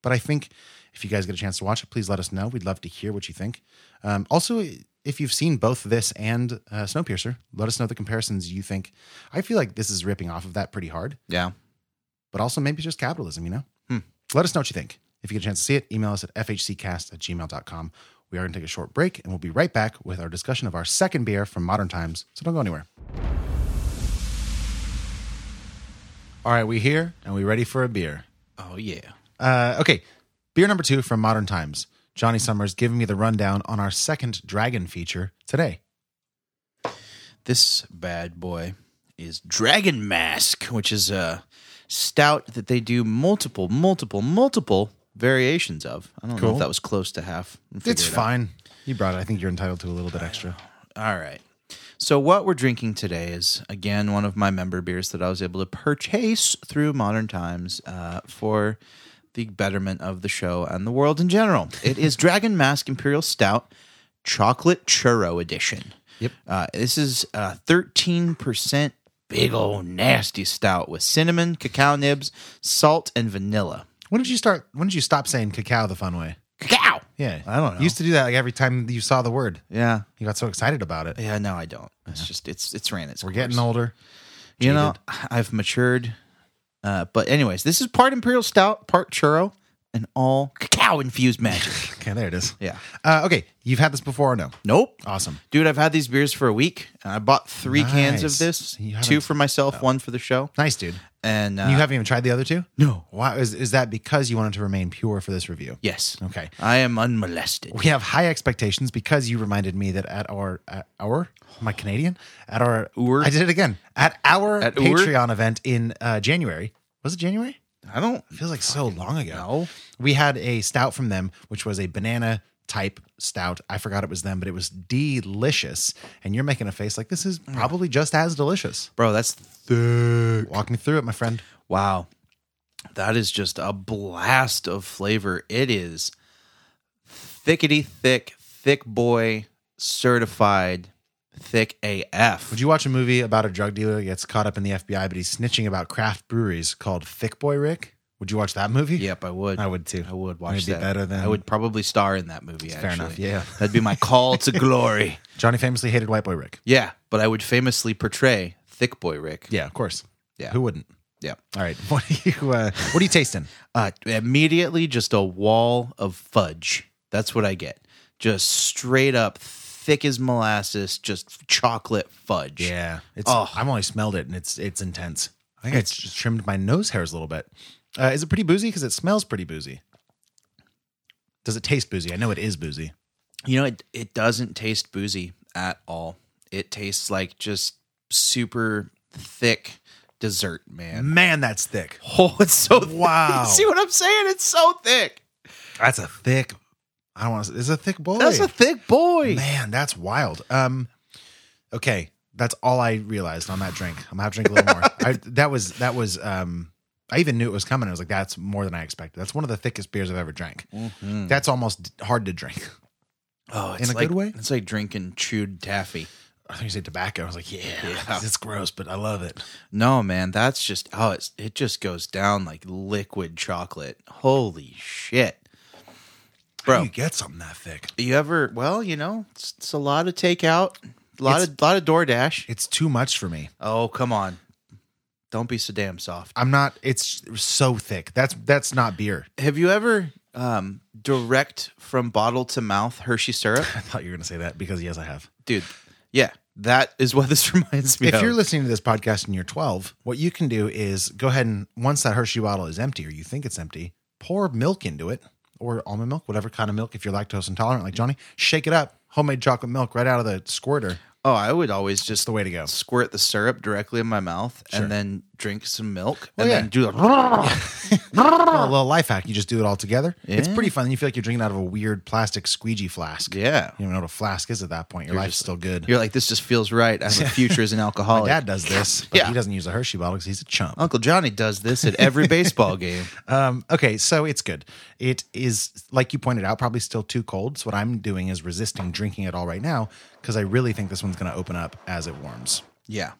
but I think if you guys get a chance to watch it, please let us know. We'd love to hear what you think. Um, also, if you've seen both this and uh, Snowpiercer, let us know the comparisons you think. I feel like this is ripping off of that pretty hard, Yeah. but also maybe it's just capitalism, you know? Hmm. Let us know what you think. If you get a chance to see it, email us at fhccast at gmail.com. We are going to take a short break and we'll be right back with our discussion of our second beer from modern times. So don't go anywhere. All right, we here and we ready for a beer. Oh yeah. Uh, okay, beer number two from Modern Times. Johnny Summers giving me the rundown on our second dragon feature today. This bad boy is Dragon Mask, which is a stout that they do multiple, multiple, multiple variations of. I don't know Cool. if that was close to half. I'll figure It's it out. fine. You brought it. I think you're entitled to a little bit extra. All right. So what we're drinking today is again one of my member beers that I was able to purchase through Modern Times uh, for the betterment of the show and the world in general. It <laughs> is Dragon Mask Imperial Stout Chocolate Churro Edition. Yep. Uh, this is thirteen percent big old nasty stout with cinnamon, cacao nibs, salt, and vanilla. When did you start? When did you stop saying cacao the fun way? Cacao. Yeah, I don't know. You used to do that like every time you saw the word. Yeah. You got so excited about it. Yeah. No, I don't. It's just it's it's ran its We're getting older. You know, I've matured. Uh, but anyways, this is part imperial stout, part churro, and all cacao infused magic. <laughs> Okay, there it is. Yeah. Uh, okay, you've had this before or no? nope. Awesome. Dude, I've had these beers for a week. And I bought three cans of Nice. this, You haven't- Oh. two for myself, one for the show. Nice, dude. And uh, you haven't even tried the other two? No. Why is is that because you wanted to remain pure for this review? yes, Okay. Oh, I am unmolested. we have high expectations because you reminded me that at our at our my Canadian at our Our? I did it again at our At our? Patreon event in uh, January was it January I don't. feels like so long ago know. we had a stout from them which was a banana type stout. I forgot it was them, but it was delicious. And you're making a face like this is probably just as delicious. Bro, that's thick. Walk me through it, my friend. Wow. That is just a blast of flavor. It is thickety thick, thick boy certified thick AF. Would you watch a movie about a drug dealer that gets caught up in the FBI, but he's snitching about craft breweries called Thick Boy Rick? Would you watch that movie? Yep, I would. I would too. I would watch Maybe that. better than- I would probably star in that movie. Fair actually. enough. Yeah. that'd be my <laughs> call to glory. Johnny famously hated White Boy Rick. Yeah, but I would famously portray Thick Boy Rick. Yeah, of course. Yeah. Who wouldn't? Yeah. All right. <laughs> What are you uh, what are you tasting? Uh, immediately, just a wall of fudge. That's what I get. Just straight up thick as molasses, just chocolate fudge. It's Oh. I've only smelled it and it's it's intense. I think it's just trimmed my nose hairs a little bit. Uh, is it pretty boozy? Because it smells pretty boozy. Does it taste boozy? I know it is boozy. You know, it, it doesn't taste boozy at all. It tastes like just super thick dessert, man. Man, that's thick. <laughs> Oh, it's <laughs> so Wow. thick. <laughs> See what I'm saying? It's so thick. That's a thick. I don't want to. It's a thick boy. That's a thick boy. Man, that's wild. Um, okay, that's all I realized on that drink. I'm gonna have to drink a little more. <laughs> I, that was that was. Um, I even knew it was coming. I was like, that's more than I expected. That's one of the thickest beers I've ever drank. That's almost hard to drink. Mm-hmm. Oh, it's In a like, good way? It's like drinking chewed taffy. I thought you said tobacco. I was like, yeah, Yeah. <laughs> it's gross, but I love it. No, man, that's just oh, it's it just goes down like liquid chocolate. Holy shit, How do bro! you get something that thick? You ever? Well, you know, it's, it's a lot of takeout, a lot of lot of DoorDash. It's too much for me. Oh, come on, don't be so damn soft. I'm not. It's so thick. That's that's not beer. <laughs> Have you ever um direct from bottle to mouth <laughs> Hershey syrup, I thought you were gonna say that because yes, I have. dude? Yeah, that is what this <laughs> reminds me If of. you're listening to this podcast and you're 12, what you can do is go ahead and once that Hershey bottle is empty or you think it's empty, pour milk into it or almond milk, whatever kind of milk. If you're lactose intolerant, like Johnny, shake it up. Homemade chocolate milk right out of the squirter. oh, I would always just It's the way to go. squirt the syrup directly in my mouth Sure. and then drink some milk Well, and yeah. then <laughs> do a A little life hack. You just do it all together. It's Yeah. pretty fun. You feel like you're drinking out of a weird plastic squeegee flask. yeah. You don't even know what a flask is at that point. Your life's just- still good. You're like, this just feels right. I <laughs> have a future as an alcoholic. Dad does this, but <laughs> Yeah. he doesn't use a Hershey bottle because he's a chump. Uncle Johnny does this at every baseball game. <laughs> Um, okay, so it's good. It is, like you pointed out, probably still too cold. So what I'm doing is resisting drinking it all right now because I really think this one's going to open up as it warms, Yeah.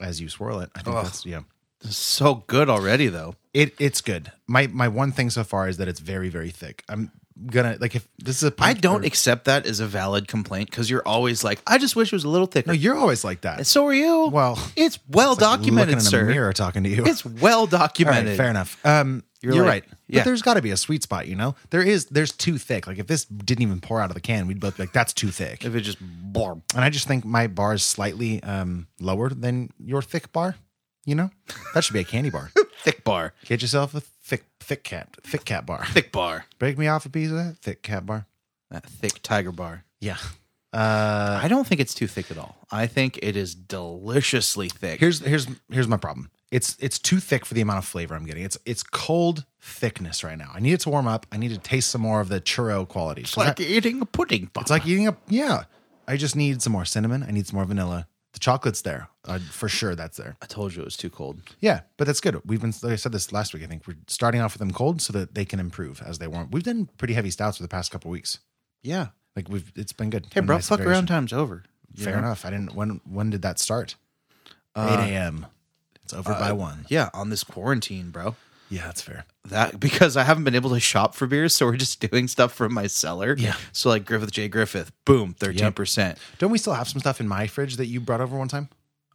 as you swirl it. I think that's yeah. This is so good already, though. It it's good. My my one thing so far is that it's very very thick. I'm gonna like if this is a I pint don't e-, or- accept that as a valid complaint because you're always like, I just wish it was a little thicker. no, you're always like that. And so are you. Well, it's well like looking documented, in sir. A mirror talking to you. It's <laughs> well All right, documented. fair enough. Um, you're, You're right. like- But yeah. there's got to be a sweet spot, you know. There is. There's too thick. Like if this didn't even pour out of the can, we'd both be like, "That's too thick." If it just blorp. And I just think my bar is slightly um, lower than your thick bar. You know, that should be a candy bar. thick bar, Get yourself a thick, thick cat, thick cat bar. thick bar, Break me off a piece of that thick cat bar. that thick tiger bar. Yeah. Uh, I don't think it's too thick at all. I think it is deliciously thick. here's here's here's my problem. It's it's too thick for the amount of flavor I'm getting. It's it's cold thickness right now. I need it to warm up. I need to taste some more of the churro quality. it's like eating a pudding. It's like eating a yeah. I just need some more cinnamon. I need some more vanilla. The chocolate's there uh, for sure. That's there. I told you it was too cold. Yeah, but that's good. We've been like I said this last week. I think we're starting off with them cold so that they can improve as they warm. We've done pretty heavy stouts for the past couple weeks. Yeah. Like we've it's been good. Hey, Been bro, nice fuck variation. around time's over. you Fair know? enough. I didn't. When when did that start? Uh, Eight a.m. It's over by one. Yeah, on this quarantine, bro. Yeah, that's fair. That <laughs> because I haven't been able to shop for beers, so we're just <laughs> doing stuff from my cellar. Yeah. So like Griffith J. Griffith, boom, thirteen percent. Don't we still have some stuff in my fridge that you brought over one time?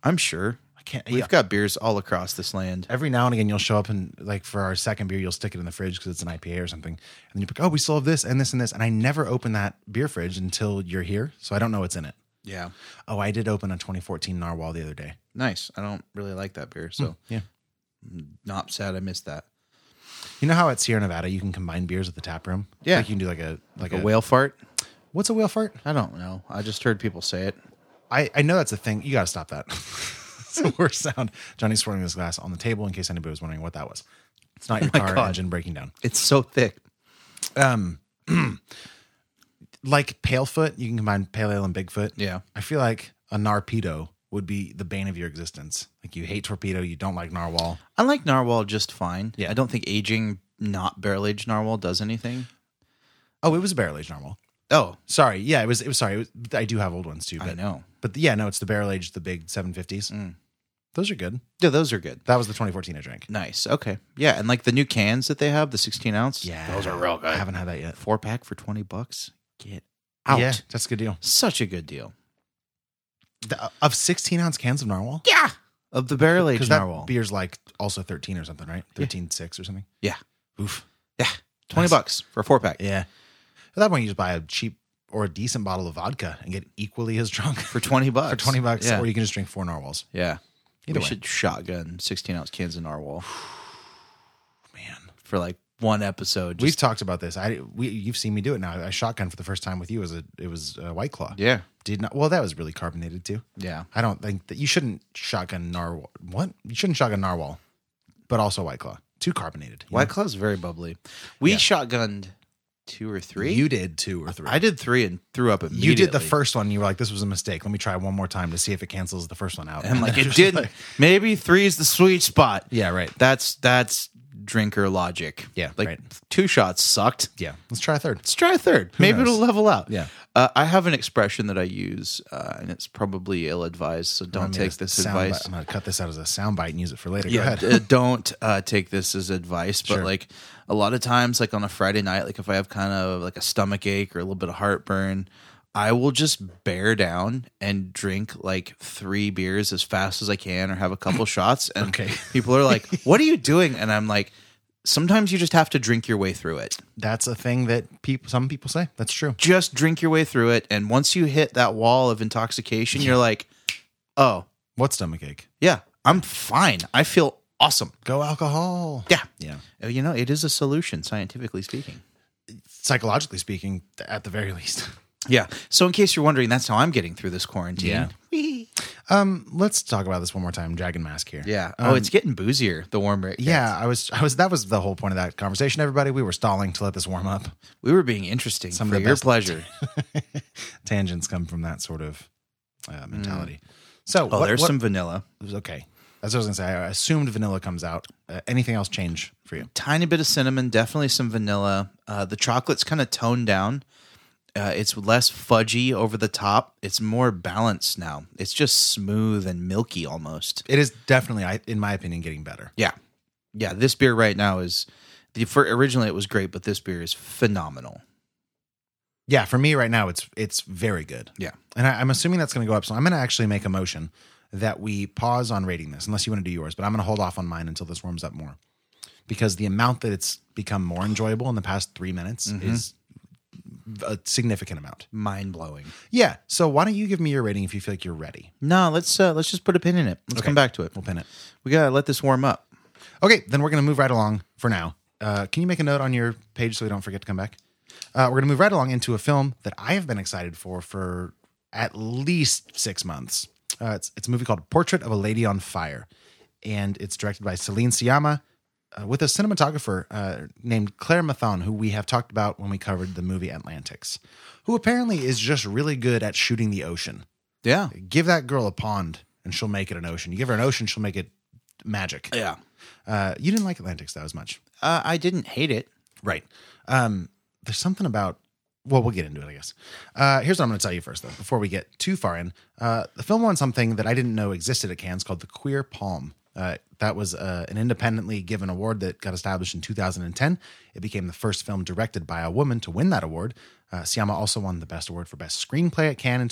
I'm sure. I can't. We've yeah. got beers all across this land. Every now and again, you'll show up and like for our second beer, you'll stick it in the fridge because it's an IPA or something, and you're like, "Oh, we still have this and this and this," and I never open that beer fridge until you're here, so I don't know what's in it. Yeah. Oh, I did open a 2014 Narwhal the other day. Nice. I don't really like that beer, so Mm, yeah. not sad I missed that. You know how at Sierra Nevada you can combine beers at the tap room? Yeah. Like you can do like a like, Like a whale fart? What's a whale fart? I don't know. I just heard people say it. I, I know that's a thing. You gotta stop that. <laughs> it's the worst sound. Johnny's swirling his glass on the table in case anybody was wondering what that was. It's <laughs> Oh not your car God. engine breaking down. It's so thick. like Palefoot, you can combine Pale Ale and Bigfoot. Yeah. I feel like a Narpedo would be the bane of your existence. Like you hate Torpedo, you don't like Narwhal. I like narwhal just fine. Yeah. I don't think aging not barrel aged narwhal does anything. Oh, it was a barrel aged Narwhal. Oh, Sorry. Yeah, it was. It was sorry. It was, I do have old ones too. But, I know. But yeah, no, it's the barrel aged, the big 750s. Mm. Those are good. Yeah, those are good. That was the 2014 I drank. Nice. Okay. Yeah, and like the new cans that they have, the 16 ounce. those are real good. I haven't had that yet. Four pack for 20 bucks. Get out. Yeah, that's a good deal. Such a good deal. The- of 16 ounce cans of narwhal. Yeah. Of the barrel Because aged that narwhal. beer's like also 13 or something, right? 13 six or something. yeah. Oof. Yeah. 20 Nice. bucks for a four pack. Yeah. At that point, you just buy a cheap or a decent bottle of vodka and get equally as drunk <laughs> For 20 bucks. for 20 bucks, Yeah. or you can just drink four narwhals. yeah. Either we way. should shotgun 16 ounce cans of narwhal Man. for like one episode. We've Just, talked about this. I we you've seen me do it now. I shotgun for the first time with you as a it was a white claw. yeah. Did not well that was really carbonated too. Yeah. I don't think that you shouldn't shotgun narwhal. What? You shouldn't shotgun narwhal, but also white claw. Too carbonated. you White know? Claw's very bubbly. We shotgunned two or three. You did two or three. I did three and threw up immediately. you did the first one. You were like, "This was a mistake. Let me try one more time to see if it cancels the first one out." <laughs> And like it Just didn't. like- Maybe three's the sweet spot. yeah, right. That's that's drinker logic. Yeah, Like right. two shots sucked. Yeah, let's try a third. Let's try a third. Maybe knows? it'll level out. Yeah. Uh, I have an expression that I use, uh, and it's probably ill advised. So don't I'm gonna take this sound advice. bite- I'm gonna cut this out as a soundbite and use it for later. Go yeah, ahead. d- don't uh, take this as advice, but Sure. like a lot of times, like on a Friday night, like if I have kind of like a stomach ache or a little bit of heartburn, I will just bear down and drink like three beers as fast as I can or have <laughs> a couple shots. And Okay. people are like, What are you doing? And I'm like, Sometimes you just have to drink your way through it. That's a thing that people. Some people say that's true. Just drink your way through it. And once you hit that wall of intoxication, you're like, Oh, What stomach ache? yeah, I'm fine. I feel awesome. Go alcohol. Yeah. Yeah. Uh, You know, it is a solution, scientifically speaking. Psychologically speaking, at the very least. Yeah. So, in case you're wondering, that's how I'm getting through this quarantine. Yeah. Whee. Um, let's talk about this one more time. Dragon mask here. Um, Yeah. Oh, it's getting boozier the warmer it gets. Yeah, I was, I was. That was the whole point of that conversation. Everybody, we were stalling to let this warm up. We were being interesting Some of for the your best- <laughs> pleasure. Tangents come from that sort of uh, mentality. So, Mm. Oh, what- there's what- some vanilla. Okay, that's what I was gonna say. I assumed vanilla comes out. Uh, anything else change for you? Tiny bit of cinnamon, definitely some vanilla. Uh, the chocolate's kind of toned down. Uh, it's less fudgy over the top. It's more balanced now. It's just smooth and milky almost. It is definitely, I, in my opinion, getting better. Yeah. Yeah. This beer right now is the for originally it was great, but this beer is phenomenal. Yeah, for me right now, it's it's very good. Yeah. and I, I'm assuming that's going to go up. So I'm going to actually make a motion that we pause on rating this, unless you want to do yours. But I'm going to hold off on mine until this warms up more, because the amount that it's become more enjoyable in the past three minutes is a significant amount. Mind blowing. Yeah. So why don't you give me your rating if you feel like you're ready? No, let's uh, let's just put a pin in it. Let's come back to it. We'll pin it. We gotta let this warm up. Okay, then we're going to move right along for now. Uh, can you make a note on your page so we don't forget to come back? Uh, we're going to move right along into a film that I have been excited for for at least six months. Uh, it's, it's a movie called Portrait of a Lady on Fire, and it's directed by Celine Siama uh, with a cinematographer uh, named Claire Mathon, who we have talked about when we covered the movie Atlantics, who apparently is just really good at shooting the ocean. Yeah. Give that girl a pond and she'll make it an ocean. You give her an ocean, she'll make it magic. Yeah. Uh, you didn't like Atlantics that as much. Uh, I didn't hate it. Right. Um, there's something about, well, we'll get into it, I guess. Uh, here's what I'm going to tell you first, though, before we get too far in. Uh, the film won something that I didn't know existed at Cannes called the Queer Palm. Uh, that was uh, an independently given award that got established in 2010. It became the first film directed by a woman to win that award. Uh, Siama also won the Best Award for Best Screenplay at Cannes in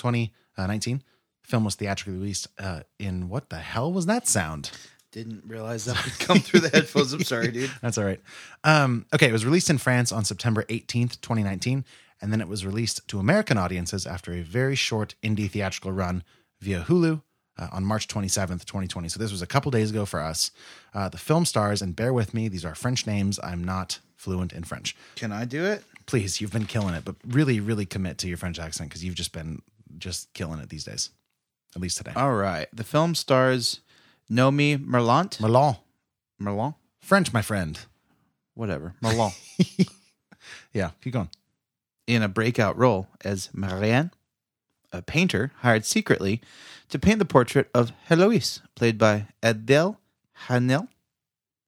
2019. The film was theatrically released uh, in what the hell was that sound? Didn't realize that would come through the headphones. <laughs> I'm sorry, dude. That's all right. Um, okay, it was released in France on September 18th, 2019, and then it was released to American audiences after a very short indie theatrical run via Hulu uh, on March 27th, 2020. So this was a couple days ago for us. Uh, the film stars, and bear with me, these are French names. I'm not fluent in French. <laughs> Can I do it? Please, you've been killing it, but really, really commit to your French accent because you've just been just killing it these days, at least today. All right. The film stars Nomi Merlant. Merlon, Merlant? French, my friend. Whatever. Merlant. Yeah, keep going. in a breakout role as Marianne, a painter hired secretly to paint the portrait of Heloise, played by Adele Hanel.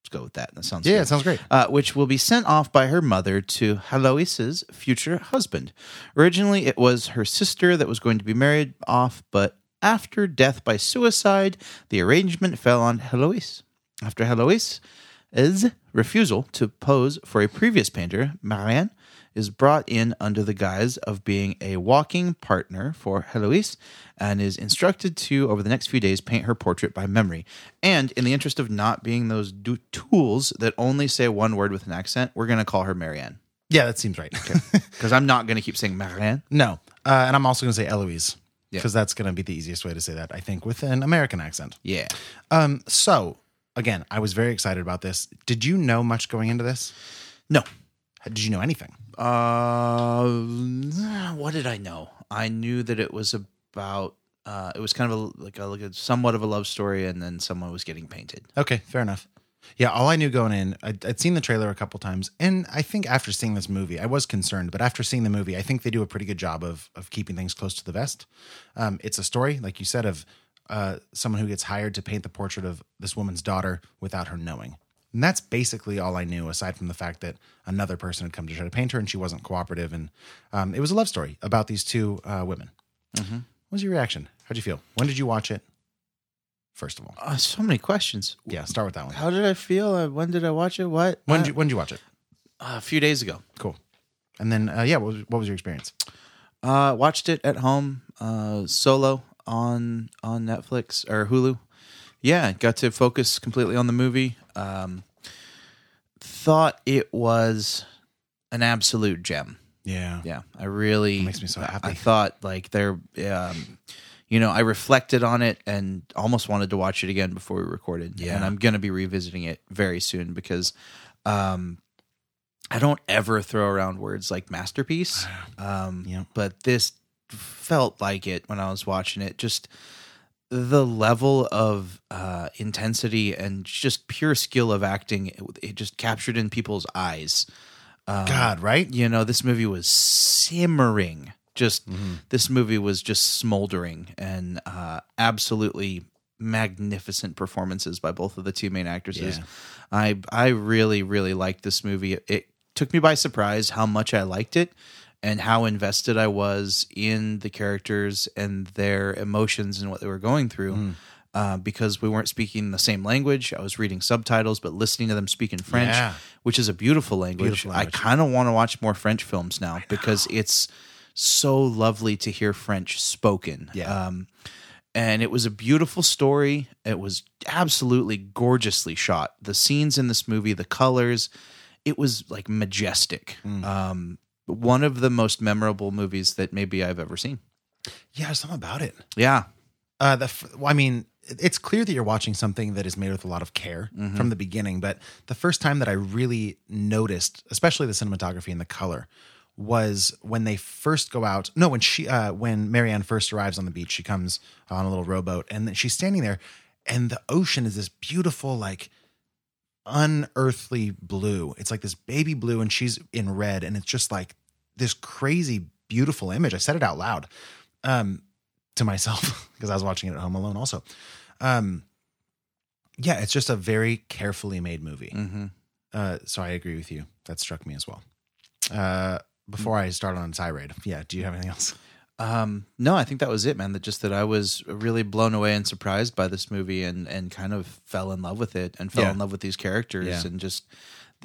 Let's go with that. That sounds Yeah, good. it sounds great. Uh, which will be sent off by her mother to Heloise's future husband. Originally, it was her sister that was going to be married off, but after death by suicide, the arrangement fell on Heloise. After Heloise's refusal to pose for a previous painter, Marianne is brought in under the guise of being a walking partner for Heloise and is instructed to, over the next few days, paint her portrait by memory. And in the interest of not being those do- tools that only say one word with an accent, we're going to call her Marianne. Yeah, that seems right. <laughs> Because I'm not going to keep saying Marianne. no, uh, and I'm also going to say Eloise Yeah. because that's going to be the easiest way to say that, I think, with an American accent. Yeah. Um, so again, I was very excited about this. Did you know much going into this? No. Did you know anything? Uh, what did I know? I knew that it was about. Uh, it was kind of a, like a, like a somewhat of a love story, and then someone was getting painted. Okay, fair enough. Yeah, all I knew going in, I'd, I'd seen the trailer a couple times, and I think after seeing this movie, I was concerned. But after seeing the movie, I think they do a pretty good job of of keeping things close to the vest. Um, it's a story, like you said, of uh, someone who gets hired to paint the portrait of this woman's daughter without her knowing. And that's basically all I knew, aside from the fact that another person had come to try to paint her, and she wasn't cooperative. And um, it was a love story about these two uh, women. What was your reaction? How'd you feel? When did you watch it? First of all, Uh, so many questions. yeah, start with that one. How did I feel? Uh, When did I watch it? What? When Uh, did you, when did you watch it? a few days ago. Cool. And then, uh, yeah, what was, what was your experience? Uh, watched it at home, uh, solo on on Netflix or Hulu. Yeah, got to focus completely on the movie. Um, thought it was an absolute gem. Yeah. Yeah, I really makes me so happy. I thought like there, um, you know, I reflected on it and almost wanted to watch it again before we recorded. Yeah. and I'm gonna be revisiting it very soon because, um, I don't ever throw around words like masterpiece. <sighs> Um, Yeah. but this felt like it when I was watching it. Just the level of uh, intensity and just pure skill of acting, it, it just captured in people's eyes God, right? you know this movie was simmering just Mm-hmm. this movie was just smoldering and uh absolutely magnificent performances by both of the two main actresses Yeah. i i really really liked this movie it, it took me by surprise how much i liked it and how invested i was in the characters and their emotions and what they were going through Mm. Uh, because we weren't speaking the same language, I was reading subtitles, but listening to them speak in French, Yeah. which is a beautiful language which Beautiful I language. kind of want to watch more French films now because it's so lovely to hear French spoken. Yeah. Um, and it was a beautiful story. It was absolutely gorgeously shot. The scenes in this movie, the colors, it was like majestic. Mm. Um, one of the most memorable movies that maybe I've ever seen. Yeah, there's something about it. Yeah. Uh, the, f- well, I mean, it- it's clear that you're watching something that is made with a lot of care from the beginning. But the first time that I really noticed, especially the cinematography and the color, was when they first go out. No, when she, uh, when Marianne first arrives on the beach, she comes on a little rowboat, and then she's standing there, and the ocean is this beautiful, like unearthly blue. It's like this baby blue, and she's in red, and it's just like this crazy, beautiful image. I said it out loud um, to myself <laughs> because I was watching it at home alone. Also, um, yeah, it's just a very carefully made movie. Mm-hmm. Uh, so I agree with you. That struck me as well. Uh, before I start on a tirade, yeah, do you have anything else? Um, no, I think that was it, man. That just that I was really blown away and surprised by this movie, and and kind of fell in love with it, and fell Yeah. in love with these characters, Yeah. and just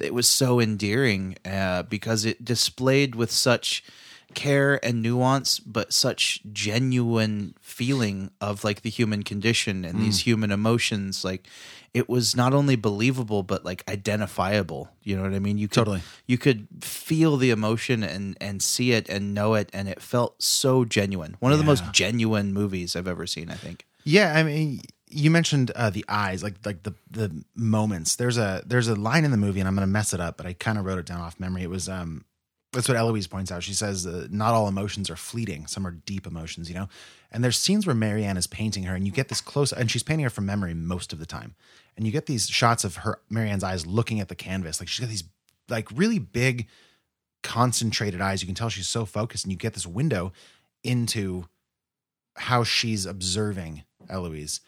it was so endearing uh, because it displayed with such care and nuance, but such genuine feeling of like the human condition and Mm. these human emotions. Like it was not only believable, but like identifiable. You know what I mean? You could, Totally. you could feel the emotion and and see it and know it and it felt so genuine one of the most genuine movies i've ever seen i think Yeah, I mean, you mentioned uh, the eyes, like like the the moments. There's a there's a line in the movie, and I'm gonna mess it up, but I kind of wrote it down off memory. It was um, that's what Eloise points out. She says uh, not all emotions are fleeting; some are deep emotions, you know. And there's scenes where Marianne is painting her, and you get this close, and she's painting her from memory most of the time, and you get these shots of her Marianne's eyes looking at the canvas, like she's got these like really big concentrated eyes. You can tell she's so focused, and you get this window into how she's observing Eloise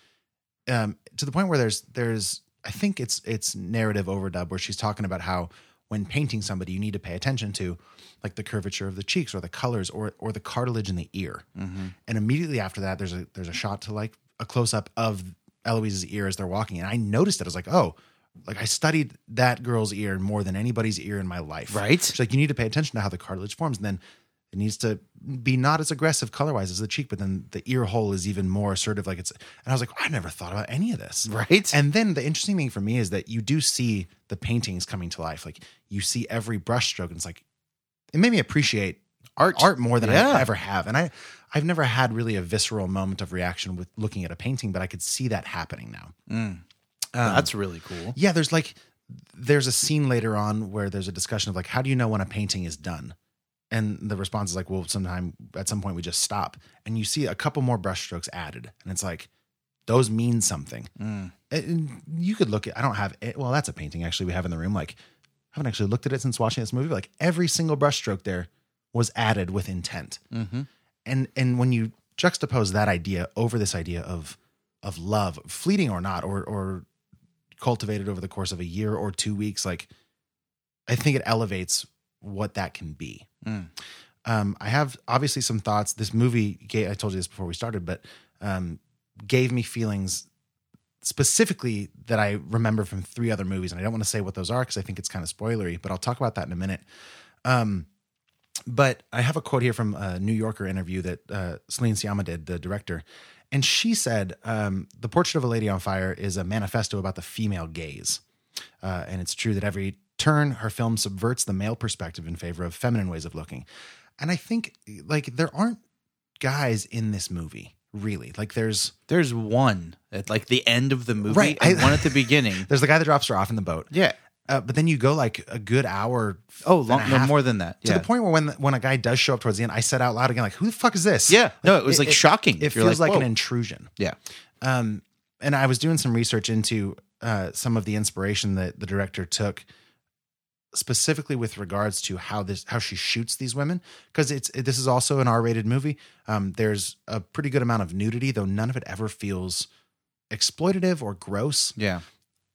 um, to the point where there's there's I think it's it's narrative overdub where she's talking about how when painting somebody you need to pay attention to like the curvature of the cheeks or the colors or or the cartilage in the ear. And immediately after that there's a there's a shot to like a close up of Eloise's ear as they're walking and I noticed it I was like, "Oh, like I studied that girl's ear more than anybody's ear in my life." Right. She's like, "You need to pay attention to how the cartilage forms and then it needs to be not as aggressive color-wise as the cheek, but then the ear hole is even more assertive. Like it's, and I was like, I never thought about any of this. Right. And then the interesting thing for me is that you do see the paintings coming to life. Like you see every brushstroke, and it's like it made me appreciate art art more than Yeah. I ever have. And I I've never had really a visceral moment of reaction with looking at a painting, but I could see that happening now. mm, Um, That's really cool. Yeah, there's like there's a scene later on where there's a discussion of like how do you know when a painting is done? And the response is like, well, sometime at some point we just stop. And you see a couple more brushstrokes added, and it's like those mean something. Mm, And- and you could look at I don't have it. Well, that's a painting actually we have in the room. Like I haven't actually looked at it since watching this movie. But like every single brushstroke there was added with intent. mm-hmm. And and when you juxtapose that idea over this idea of of love, fleeting or not, or or cultivated over the course of a year or two weeks, like I think it elevates what that can be. Um, I have obviously some thoughts. This movie, gave, I told you this before we started, but um, gave me feelings specifically that I remember from three other movies, and I don't want to say what those are because I think it's kind of spoilery, but I'll talk about that in a minute. Um, but I have a quote here from a New Yorker interview that uh, Celine Siama did, the director, and she said, um, "The Portrait of a Lady on Fire is a manifesto about the female gaze, uh, and it's true that every turn her film subverts the male perspective in favor of feminine ways of looking." And I think like there aren't guys in this movie really. Like there's There's one at like the end of the movie Right, and I- one at the beginning. <laughs> there's the guy that drops her off in the boat. yeah. Uh, but then you go like a good hour. Oh, and a long, no half- more than that. to yeah. the point where when when a guy does show up towards the end, I said out loud again, like, "Who the fuck is this?" Yeah. No, it was, like, shocking. It, Mm. You're feels like, like, an whoa. intrusion. Yeah. Um, and I was doing some research into uh, some of the inspiration that the director took specifically with regards to how this how she shoots these women because it's this is also an R-rated movie. Um, there's a pretty good amount of nudity, though none of it ever feels exploitative or gross Yeah.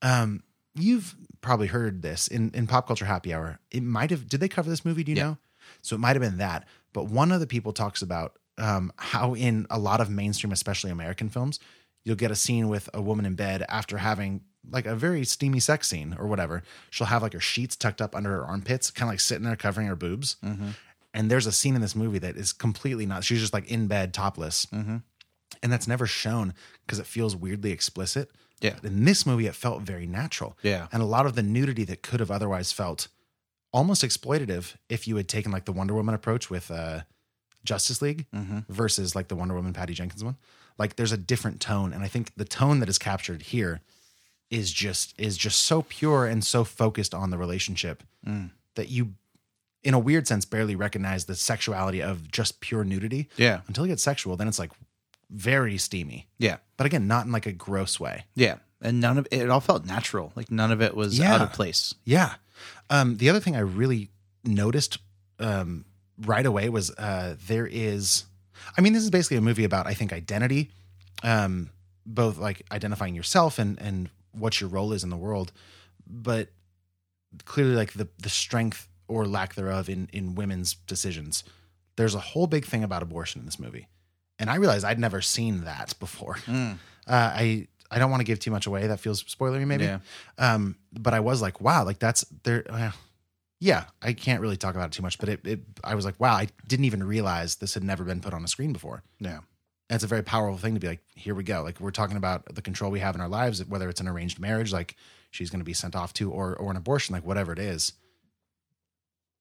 um, you've probably heard this in, in pop culture happy hour. It might have. Did they cover this movie? Do you Yeah. know? So it might have been that. But one of the people talks about um, how in a lot of mainstream, especially American films, you'll get a scene with a woman in bed after having like a very steamy sex scene or whatever. She'll have like her sheets tucked up under her armpits, kind of like sitting there covering her boobs. Mm-hmm. And there's a scene in this movie that is completely not. She's just like in bed, topless, Mm-hmm. and that's never shown because it feels weirdly explicit. Yeah. In this movie, it felt very natural. Yeah. And a lot of the nudity that could have otherwise felt almost exploitative if you had taken like the Wonder Woman approach with uh, Justice League Mm-hmm. versus like the Wonder Woman Patty Jenkins one. Like there's a different tone. And I think the tone that is captured here is just is just so pure and so focused on the relationship that you in a weird sense barely recognize the sexuality of just pure nudity. Yeah. Until it gets sexual, then it's like very steamy. Yeah. But again, not in like a gross way. Yeah. And none of it all felt natural. Like none of it was Yeah. out of place. Yeah. Um, the other thing I really noticed um, right away was uh, there is, I mean, this is basically a movie about, I think, identity, um, both like identifying yourself and and what your role is in the world, but clearly like the the strength or lack thereof in in women's decisions. There's a whole big thing about abortion in this movie, and I realized I'd never seen that before. Uh, I I don't want to give too much away. That feels spoilery, maybe. Yeah. Um, but I was like, wow, like that's there. Uh, yeah, I can't really talk about it too much, but it, it. I was like, wow, I didn't even realize this had never been put on a screen before. Yeah. And it's a very powerful thing to be like, here we go. Like we're talking about the control we have in our lives, whether it's an arranged marriage, like she's going to be sent off to, or or an abortion, like whatever it is.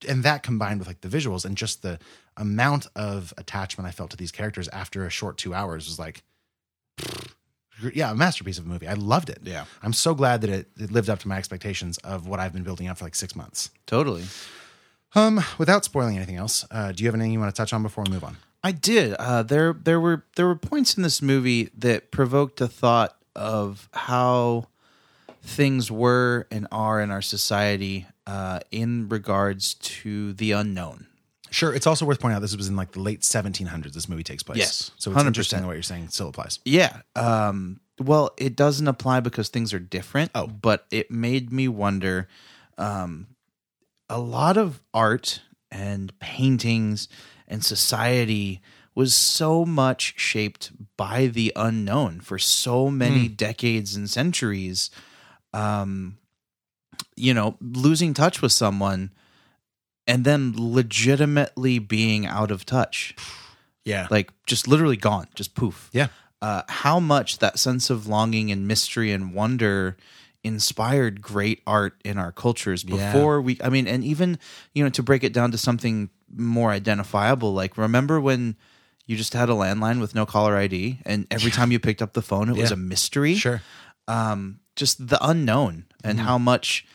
And that combined with like the visuals and just the amount of attachment I felt to these characters after a short two hours was like, <sniffs> yeah, a masterpiece of a movie. I loved it. Yeah. I'm so glad that it, it lived up to my expectations of what I've been building up for like six months. Totally. Um, without spoiling anything else, uh, do you have anything you want to touch on before we move on? I did. Uh, there, there were there were points in this movie that provoked a thought of how things were and are in our society uh, in regards to the unknown. Sure. It's also worth pointing out this was in like the late 1700s. This movie takes place. Yes, So it's 100%. interesting that what you're saying still applies. Yeah. Um, well, it doesn't apply because things are different. Oh. but it made me wonder. Um, a lot of art and paintings and society was so much shaped by the unknown for so many decades and centuries. Um, you know, losing touch with someone and then legitimately being out of touch, Yeah. like just literally gone, just poof yeah. uh, how much that sense of longing and mystery and wonder inspired great art in our cultures Yeah. before we i mean and even you know to break it down to something more identifiable like remember when you just had a landline with no caller id and every time you picked up the phone it was Yeah. a mystery Sure. Mm-hmm. um, just the unknown and how much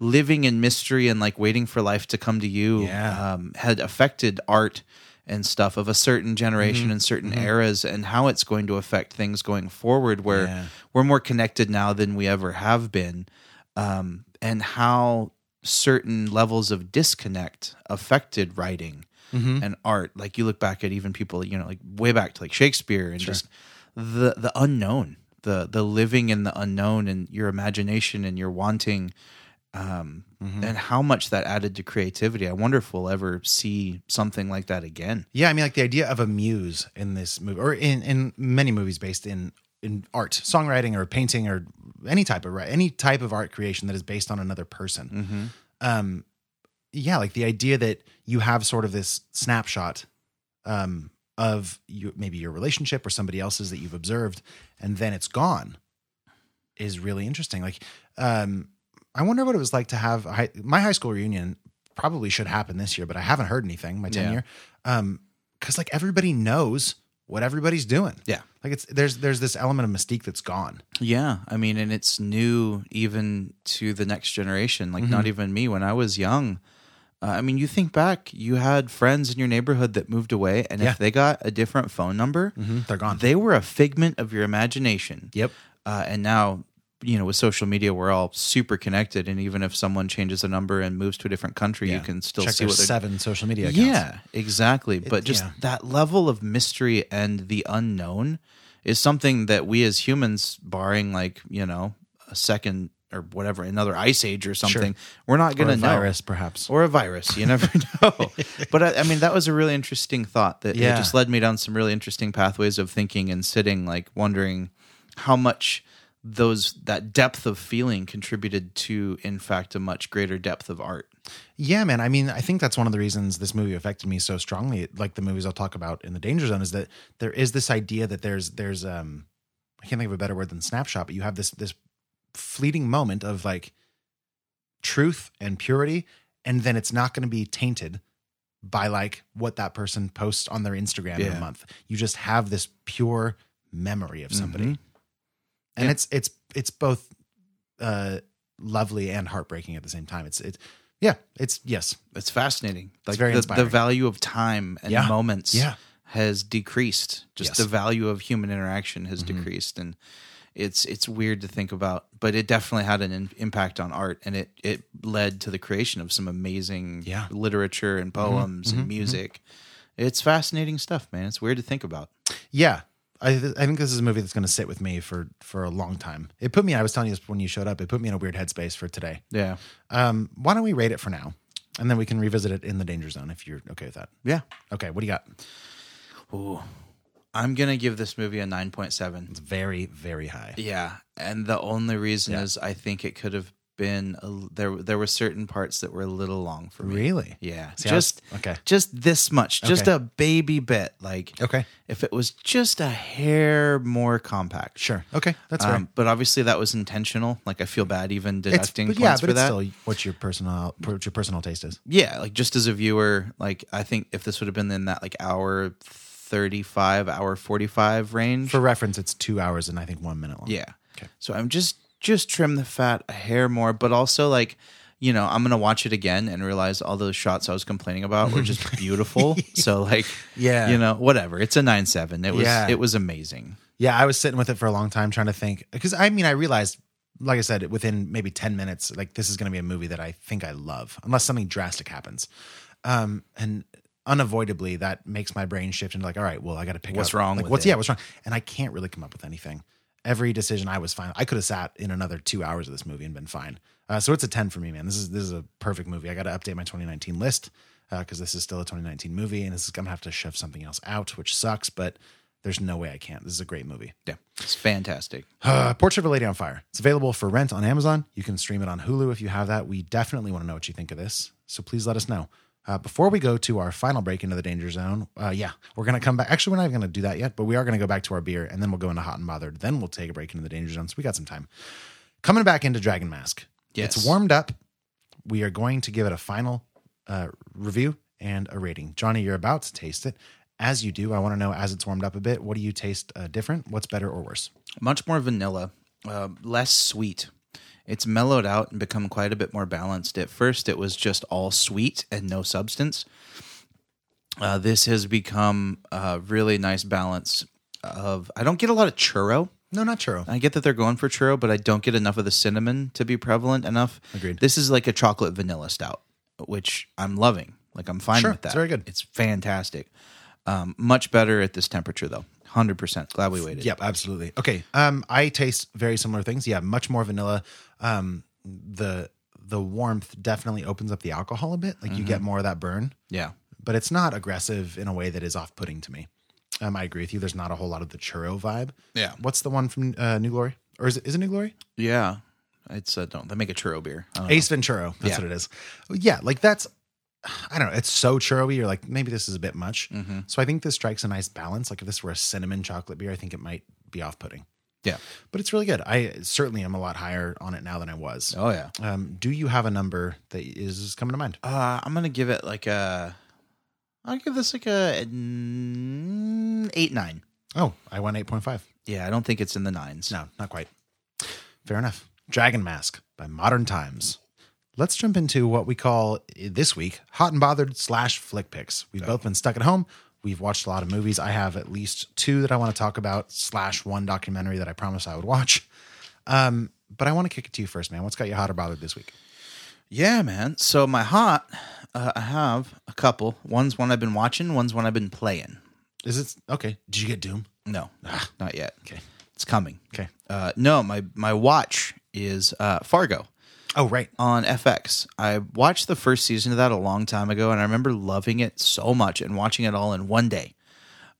living in mystery and like waiting for life to come to you Yeah. um, had affected art and stuff of a certain generation and certain eras and how it's going to affect things going forward where Yeah. we're more connected now than we ever have been um, and how certain levels of disconnect affected writing and art like you look back at even people you know like way back to like shakespeare and just the the unknown the the living in the unknown and your imagination and your wanting um Mm-hmm. and how much that added to creativity i wonder if we'll ever see something like that again Yeah, I mean, like the idea of a muse in this movie, or in, in many movies based in in art, songwriting, or painting, or any type of ri- any type of art creation that is based on another person. Um, yeah, like the idea that you have sort of this snapshot um, of you, maybe your relationship or somebody else's that you've observed, and then it's gone, is really interesting. Like, um, I wonder what it was like to have a high, my high school reunion. Probably should happen this year, but I haven't heard anything. My Yeah. tenure, um, because like everybody knows what everybody's doing. Yeah. like it's there's there's this element of mystique that's gone. Yeah, I mean, and it's new even to the next generation. Like, Mm-hmm. not even me when I was young. Uh, I mean, you think back, you had friends in your neighborhood that moved away, and Yeah. if they got a different phone number, They're gone. they were a figment of your imagination. Yep. Uh, and now, you know, with social media, we're all super connected. And even if someone changes a number and moves to a different country, you can still check see their what they're seven social media. Accounts. yeah, exactly. But just yeah. that level of mystery and the unknown is something that we as humans, barring like, you know, a second or whatever, another ice age or something, we're not going or to a know. virus, perhaps. Or a virus. You <laughs> never know. but I, I mean, that was a really interesting thought that Yeah. it just led me down some really interesting pathways of thinking and sitting, like wondering how much those that depth of feeling contributed to in fact a much greater depth of art Yeah, man. I mean, I think that's one of the reasons this movie affected me so strongly. Like the movies I'll talk about in the Danger Zone is that there is this idea that there's there's um I can't think of a better word than snapshot, but you have this this fleeting moment of like truth and purity, and then it's not going to be tainted by like what that person posts on their Instagram in Yeah. a month. You just have this pure memory of somebody, Mhm. and Yeah. it's it's it's both uh lovely and heartbreaking at the same time. It's it's yeah, it's yes. it's fascinating. Like very the, the inspiring. value of time and Yeah. moments Yeah. has decreased. Just Yes. Mm-hmm. the value of human interaction has decreased, and it's it's weird to think about, but it definitely had an in, impact on art, and it it led to the creation of some amazing Yeah. Mm-hmm. literature and poems and music. It's fascinating stuff, man. It's weird to think about. Yeah. I, th- I think this is a movie that's going to sit with me for for a long time. It put me. I was telling you this when you showed up. It put me in a weird headspace for today. Yeah, Um, why don't we rate it for now, and then we can revisit it in the danger zone if you're okay with that. yeah. Okay. What do you got? Ooh, I'm gonna give this movie a nine point seven. It's very very high. Yeah, and the only reason is I think it could have been a, l- there. There were certain parts that were a little long for me. Really? Yeah, See, I was- just okay. just this much, just Okay. a baby bit. Like Okay. if it was just a hair more compact, Sure. Okay. That's fair. Um, but obviously that was intentional. Like I feel bad even It's deducting but points yeah, but for it's that. still what your personal what your personal taste is. yeah, like just as a viewer, like I think if this would have been in that like hour thirty five, hour forty five range, For reference, it's two hours and I think one minute long. Yeah. Okay. So I'm just just trim the fat a hair more, but also like, you know, I'm gonna watch it again and realize all those shots I was complaining about <laughs> were just beautiful. so like, Yeah. you know, whatever. It's a nine seven. It was Yeah. it was amazing. Yeah, I was sitting with it for a long time trying to think because I mean I realized like I said, within maybe 10 minutes, like this is going to be a movie that I think I love, unless something drastic happens. Um, and unavoidably, that makes my brain shift into like, all right, well, I got to pick What's up- wrong Like, with what's it? yeah, what's wrong? And I can't really come up with anything. Every decision I was fine. I could have sat in another two hours of this movie and been fine. Uh, so it's a 10 for me, man. This is this is a perfect movie. I got to update my 2019 list because this is still a 2019 movie, and this is gonna have to shove something else out, which sucks. But there's no way I can't. This is a great movie. Yeah, it's fantastic. Uh, Portrait of a Lady on Fire. It's available for rent on Amazon. You can stream it on Hulu if you have that. We definitely want to know what you think of this. So please let us know. Uh, before we go to our final break into the danger zone, uh, yeah, we're going to come back. Actually, we're not even going to do that yet, but we are going to go back to our beer and then we'll go into Hot and Bothered. Then we'll take a break into the danger zone. So we got some time. Coming back into Dragon Mask. Yes. It's warmed up. We are going to give it a final uh, review and a rating. Johnny, you're about to taste it. As you do, I want to know as it's warmed up a bit, what do you taste uh, different? What's better or worse? Much more vanilla, uh, less sweet. It's mellowed out and become quite a bit more balanced. At first, it was just all sweet and no substance. Uh, this has become a really nice balance of. I don't get a lot of churro. No, not churro. I get that they're going for churro, but I don't get enough of the cinnamon to be prevalent enough. Agreed. This is like a chocolate vanilla stout, which I'm loving. Like I'm fine Sure, with that. it's very good. It's fantastic. Um, much better at this temperature though. Hundred percent. Glad we waited. Yep, absolutely. Okay. Um, I taste very similar things. Yeah, much more vanilla. Um, the the warmth definitely opens up the alcohol a bit. Like you Mm-hmm. get more of that burn, Yeah. but it's not aggressive in a way that is off putting to me. Um, I agree with you. There's not a whole lot of the churro vibe. Yeah. What's the one from uh, New Glory? Or is it is it New Glory? Yeah. It's uh, don't they make a churro beer? I don't know. Ace Ventura. That's Yeah. what it is. Yeah, like that's I don't know. It's so churro-y. You're like, maybe this is a bit much. Mm-hmm. So I think this strikes a nice balance. Like if this were a cinnamon chocolate beer, I think it might be off-putting. Yeah. but it's really good. I certainly am a lot higher on it now than I was. Oh yeah. Um, do you have a number that is coming to mind? Uh, I'm gonna give it like a. I'll give this like a mm, eight nine. Oh, I won 8.5. Yeah, I don't think it's in the nines. No, not quite. Fair enough. Dragon Mask by Modern Times. Let's jump into what we call eh, this week hot and bothered slash flick picks. We've both been stuck at home. We've watched a lot of movies. I have at least two that I want to talk about slash one documentary that I promised I would watch. Um, but I want to kick it to you first, man. What's got you hot or bothered this week? Yeah, man. So my hot, uh, I have a couple. One's one I've been watching. One's one I've been playing. Is it okay? Did you get Doom? No, not yet. Okay. it's coming. Okay. Uh, no, my my watch is uh, Fargo Oh, right. on FX. I watched the first season of that a long time ago, and I remember loving it so much and watching it all in one day.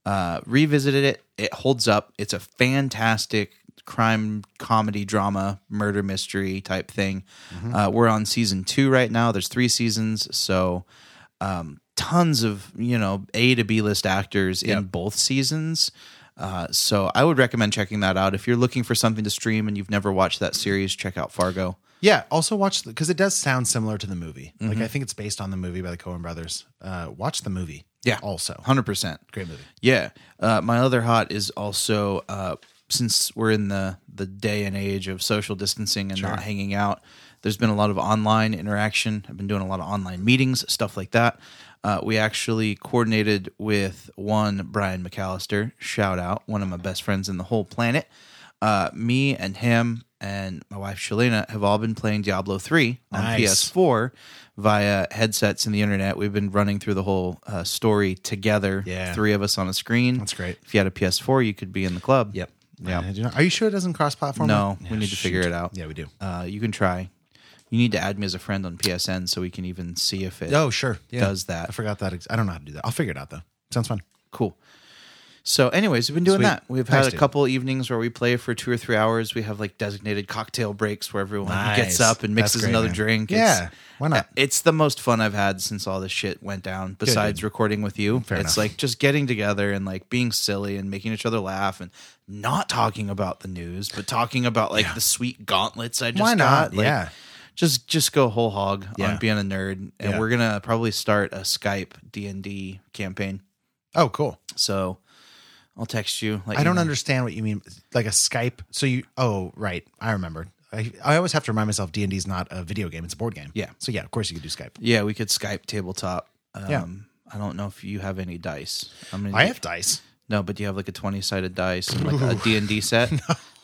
Uh, revisited it. It holds up. It's a fantastic crime comedy drama murder mystery type thing. Uh, we're on season two right now. There's three seasons, so um, tons of you know A to B list actors in both seasons. Uh, so I would recommend checking that out if you're looking for something to stream and you've never watched that series. Check out Fargo. Yeah. Also watch because it does sound similar to the movie. Mm-hmm. Like I think it's based on the movie by the Coen Brothers. Uh, watch the movie. Yeah. Also, Hundred percent. great movie. Yeah. Uh, my other hot is also uh, since we're in the the day and age of social distancing and not hanging out. There's been a lot of online interaction. I've been doing a lot of online meetings, stuff like that. Uh, we actually coordinated with one Brian McAllister. Shout out one of my best friends in the whole planet. Uh, me and him and my wife Shalina have all been playing Diablo three on Nice. PS4. PS4 via headsets and the internet. We've been running through the whole uh, story together. Yeah. Three of us on a screen. That's great. If you had a PS4, you could be in the club. Yeah. Yeah. Are you sure it doesn't cross platform? No, we need to figure it out. Yeah, we do. Uh, you can try. You need to add me as a friend on PSN so we can even see if it. Oh, sure. Yeah. Does that. I forgot that. Ex- I don't know how to do that. I'll figure it out though. Sounds fun. Cool. So, anyways, we've been doing Sweet. that. We've Nice, had a dude. couple evenings where we play for two or three hours. We have like designated cocktail breaks where everyone gets up and That's mixes great, another man. drink. It's- Yeah. Why not? It's the most fun I've had since all this shit went down. Besides recording with you, it's enough. like just getting together and like being silly and making each other laugh and not talking about the news, but talking about like the sweet gauntlets I just Why not? got. Like, Yeah. just just go whole hog Yeah. on being a nerd, and Yeah. we're gonna probably start a Skype D and D campaign. Oh, cool. So I'll text you. Let I you don't know. understand what you mean. Like a Skype. So you. Oh, right. I remember. I, I always have to remind myself D and D is not a video game. It's a board game. Yeah. So yeah, of course you could do Skype. Yeah, we could Skype tabletop. Um, Yeah. I don't know if you have any dice. I mean, I have dice. No, but you have like a twenty-sided dice and like a D and <laughs> D set.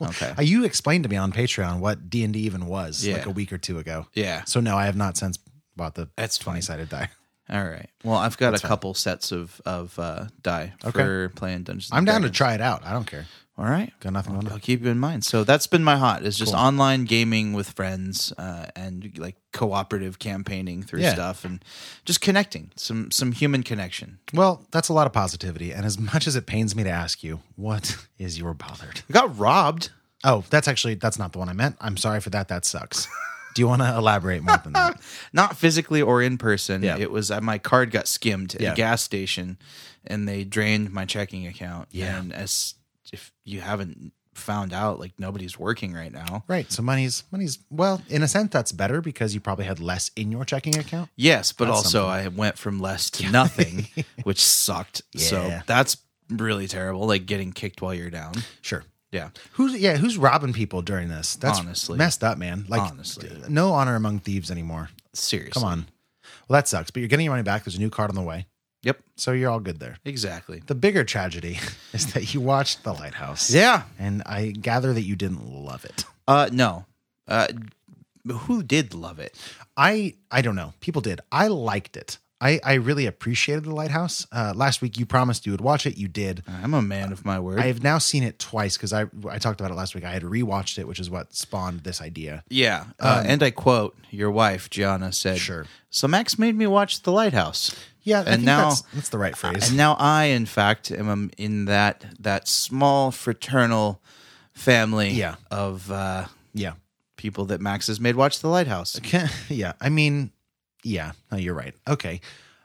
Okay. Uh, You explained to me on Patreon what D and D even was Yeah. like a week or two ago. Yeah. So no, I have not since bought the That's fine. twenty sided die. All right. Well, I've got a couple sets of of uh, die Okay. for playing Dungeons. I'm and down to Dragons. try it out. I don't care. All right. Got nothing on I'll it. keep you in mind. So that's been my hot. It's just online gaming with friends uh, and like cooperative campaigning through Yeah. stuff and just connecting some some human connection. Well, that's a lot of positivity. And as much as it pains me to ask you, what <laughs> is your bothered? I got robbed. Oh, that's actually that's not the one I meant. I'm sorry for that. That sucks. Do you want to elaborate more than <laughs> that? not physically or in person. Yeah. It was uh, my card got skimmed at Yeah. a gas station, and they drained my checking account. Yeah. and as if you haven't found out, like nobody's working right now. Right. So money's money's well, in a sense, that's better because you probably had less in your checking account. Yes, but That's also I went from less <laughs> to nothing, which sucked. So Yeah. that's really terrible. Like getting kicked while you're down. Sure. Yeah, Who's yeah? Who's robbing people during this? That's Honestly. messed up, man. Like Honestly. d- no honor among thieves anymore. seriously. Come on. Well, that sucks. But you're getting your money back. There's a new card on the way, Yep. so you're all good there. Exactly. The bigger tragedy <laughs> is that you watched The Lighthouse. Yeah. And I gather that you didn't love it. Uh, no. Uh, who did love it? I I don't know. People did. I liked it. I, I really appreciated The Lighthouse. Uh, last week you promised you would watch it. You did. I'm a man of my word. I have now seen it twice because I I talked about it last week. I had rewatched it, which is what spawned this idea. Yeah. Uh, and I quote, your wife, Gianna, said, Um, Sure. So Max made me watch The Lighthouse. Yeah, I And think now- that's, that's the right phrase. And now I, in fact, am um, in that that small fraternal family Yeah. of uh, yeah. people that Max has made watch The Lighthouse. Can, <laughs> yeah. I mean, yeah. No, you're right. Okay.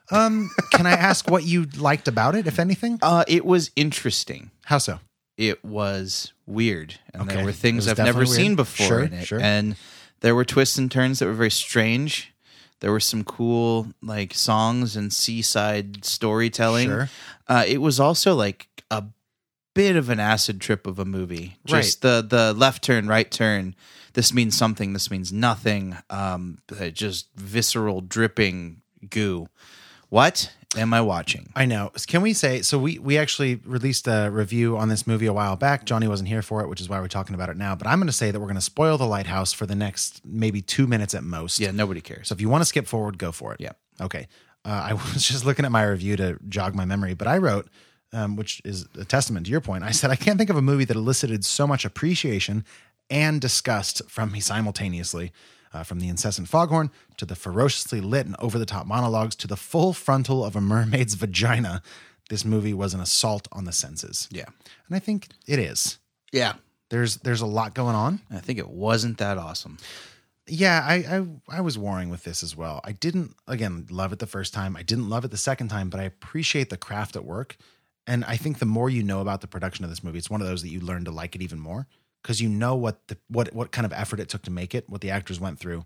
Um, can I ask what you liked about it, if anything? Uh, it was interesting. How so? It was weird. And Okay. there were It was things I've never definitely seen weird. before Sure, in it. sure. And there were twists and turns that were very strange. There were some cool like songs and seaside storytelling. Sure. Uh, it was also like a bit of an acid trip of a movie. Just the the left turn, right turn. This means something. This means nothing. Um, uh, just visceral dripping goo. What am I watching? I know. Can we say so? We we actually released a review on this movie a while back. Johnny wasn't here for it, which is why we're talking about it now. But I'm going to say that we're going to spoil the lighthouse for the next maybe two minutes at most. Yeah, nobody cares. So if you want to skip forward, go for it. Yeah. Okay. Uh, I <laughs> was just looking at my review to jog my memory, but I wrote, um, which is a testament to your point. I said I can't think of a movie that elicited so much appreciation and disgust from me simultaneously. Uh, from the incessant foghorn to the ferociously lit and over the top monologues to the full frontal of a mermaid's <laughs> vagina, this movie was an assault on the senses. Yeah, And I think it is. yeah. There's there's a lot going on. I think it wasn't that awesome. Yeah, I, I I was warring with this as well. I didn't again love it the first time. I didn't love it the second time, but I appreciate the craft at work. And I think the more you know about the production of this movie, it's one of those that you learn to like it even more because you know what the what what kind of effort it took to make it, what the actors went through.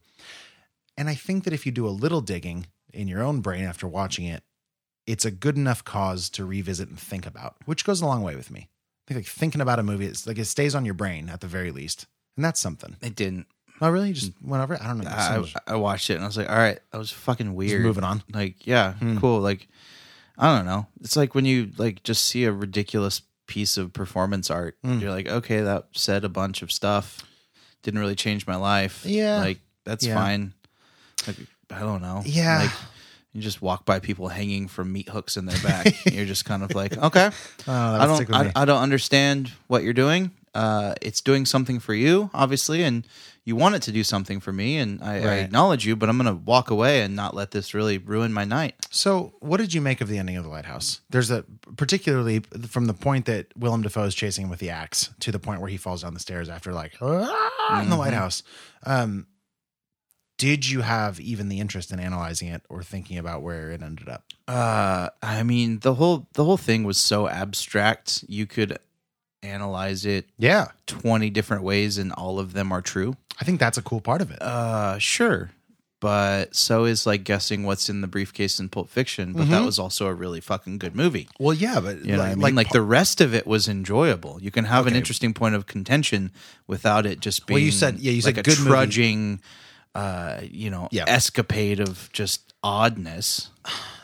And I think that if you do a little digging in your own brain after watching it, it's a good enough cause to revisit and think about, which goes a long way with me. I think like thinking about a movie, it's like it stays on your brain at the very least. And that's something. It didn't. Oh, really? You Just went over it? I don't know. So I, much- I watched it and I was like, all right, that was fucking weird. moving on. Hmm. Like, yeah, cool. Like, I don't know. It's like when you like just see a ridiculous piece of performance art. Hmm. You're like, okay, that said a bunch of stuff. Didn't really change my life. Yeah. like that's Yeah. fine. Like, I don't know. Yeah. like you just walk by people hanging from meat hooks <laughs> in their back. and you're just kind of like, <laughs> okay, that would I stick don't, with me. I, I don't understand what you're doing. Uh, it's doing something for you, obviously, and you want it to do something for me, and I, I Right. acknowledge you, but I'm gonna walk away and not let this really ruin my night. so, what did you make of the ending of the lighthouse? There's a particularly from the point that Willem Dafoe is chasing him with the axe to the point where he falls down the stairs after like "Ah," in the lighthouse. Um, did you have even the interest in analyzing it or thinking about where it ended up? Uh, I mean the whole the whole thing was so abstract. You could analyze it Yeah, 20 different ways, and all of them are true. I think that's a cool part of it. Uh, sure. But so is like guessing what's in the briefcase in Pulp Fiction, but Mm-hmm. that was also a really fucking good movie. well, yeah, but You know, like, I mean? like, the rest of it was enjoyable. You can have an interesting point of contention without it just being. Well, you said- yeah, you like said a good movie. trudging, uh, you know, Yeah. escapade of just oddness.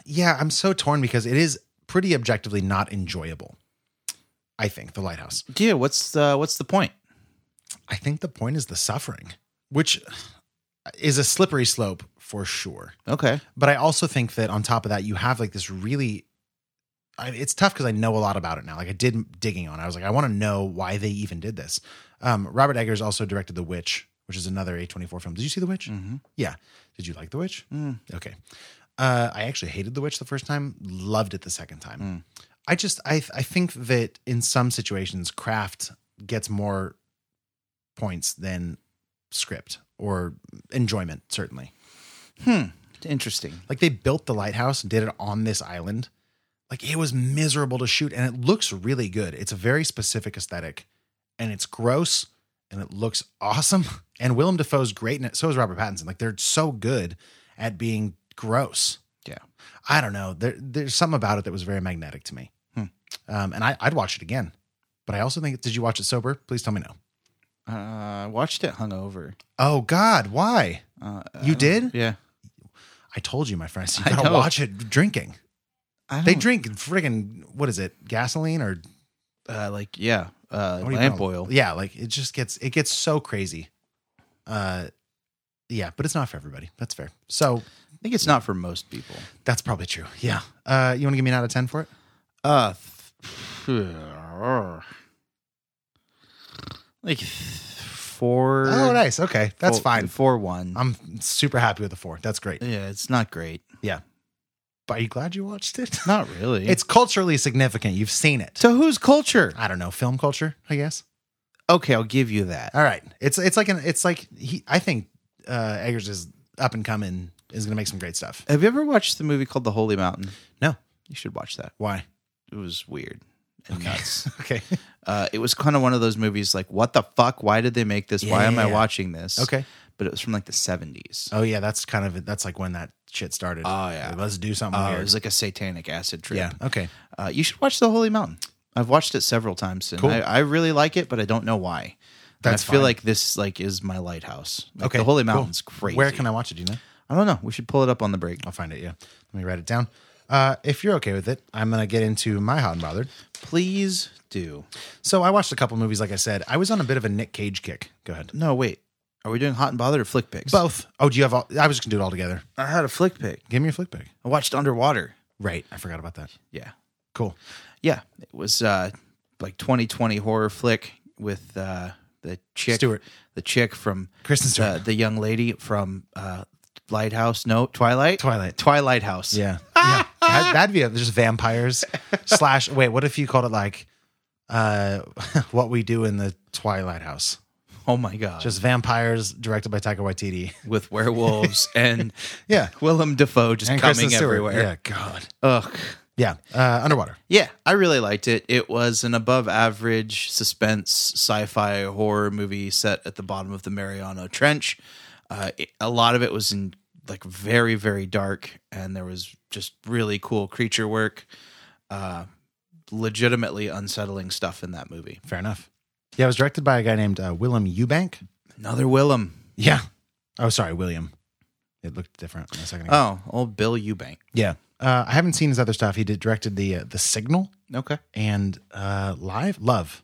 yeah, I'm so torn because it is pretty objectively not enjoyable. I think the lighthouse. Yeah, what's the what's the point? I think the point is the suffering, which is a slippery slope for sure. Okay. But I also think that on top of that, you have like this really. I, it's tough because I know a lot about it now. Like I did digging on. It. I was like, I want to know why they even did this. Um, Robert Eggers also directed The Witch, which is another A24 film. Did you see The Witch? Mhm. Yeah. Did you like The Witch? Mm. Okay. Uh, I actually hated The Witch the first time, loved it the second time. I just I I think that in some situations craft gets more points than script or enjoyment certainly. Interesting. Like they built the lighthouse and did it on this island. Like it was miserable to shoot and it looks really good. It's a very specific aesthetic and it's gross and it looks awesome. <laughs> And Willem Dafoe's great in it. So is Robert Pattinson. Like they're so good at being gross. Yeah. I don't know. There, there's something about it that was very magnetic to me. Hmm. Um, and I, I'd watch it again. But I also think, did you watch it sober? Please tell me no. Uh, I watched it hungover. Oh God, why? Uh, I You don't- did? Yeah. I told you, my friends, <laughs> you I gotta know. watch it drinking. I They don't- drink friggin' what is it? Gasoline or uh, like yeah, uh, what do you lamp call it? oil. Yeah, like it just gets it gets so crazy. Uh, yeah, but it's not for everybody. That's fair. So I think it's not for most people. that's probably true. Yeah. Uh, you want to give me an out of ten for it? Uh, th- like four. Oh, nice. Okay, that's four- fine. Um, Four one. I'm super happy with the four. That's great. yeah, it's not great. Yeah. But are you glad you watched it? <laughs> Not really. It's culturally significant. You've seen it. to whose culture? I don't know, film culture, I guess. Okay, I'll give you that. All right. It's it's like an it's like he I think uh Eggers is up and coming is gonna make some great stuff. Have you ever watched the movie called The Holy Mountain? No. You should watch that. Why? <laughs> It was weird and nuts. Okay. Uh, it was kind of one of those movies like, what the fuck? Why did they make this? Why am I Yeah. watching this? Okay. But it was from like the 70s. Oh yeah, that's kind of that's like when that shit started. Oh, yeah. Let's do something Uh, it weird. was like a satanic acid trip. yeah. Okay. Uh, you should watch The Holy Mountain. I've watched it several times and Cool. I, I really like it, but I don't know why. And That's I feel fine. like this like is my lighthouse. Like, Okay. The Holy cool. Mountain's crazy. Where can I watch it? Do you know? I don't know. We should pull it up on the break. I'll find it, yeah. Let me write it down. Uh, if you're okay with it, I'm gonna get into my hot and bothered. Please do. So I watched a couple movies, like I said. I was on a bit of a Nick Cage kick. Go ahead. No, wait. Are we doing hot and bothered or flick picks? Both. Oh, do you have all I was just gonna do it all together. I had a flick pick. Give me your flick pick. I watched Underwater. Right. I forgot about that. Yeah. Cool. Yeah. It was uh like 2020 horror flick with uh the chick Stewart. the chick from Kristen Stewart. uh, the young lady from uh Lighthouse, no, Twilight? Twilight. Twilight <laughs> House. Yeah. yeah. That, that'd be a, there's <laughs> vampires slash wait, what if you called it like uh <laughs> what we do in the Twilight House? Oh my god. Just vampires directed by Taika Waititi. with <laughs> werewolves and Yeah. Willem Dafoe just And coming Kristen Stewart. everywhere. Yeah, God. Ugh. Yeah. Uh underwater. Yeah, I really liked it. It was an above average suspense sci fi horror movie set at the bottom of the Mariano Trench. Uh, it- a lot of it was in like very, very dark, and there was just really cool creature work. Uh, legitimately unsettling stuff in that movie. Fair enough. Yeah, it was directed by a guy named uh, Willem Eubank. Another Willem. Yeah. Oh, sorry, William. It looked different a second ago. Oh, old Bill Eubank. yeah. Uh, I haven't seen his other stuff. He did directed the uh, the Signal Okay. and uh, Live Love.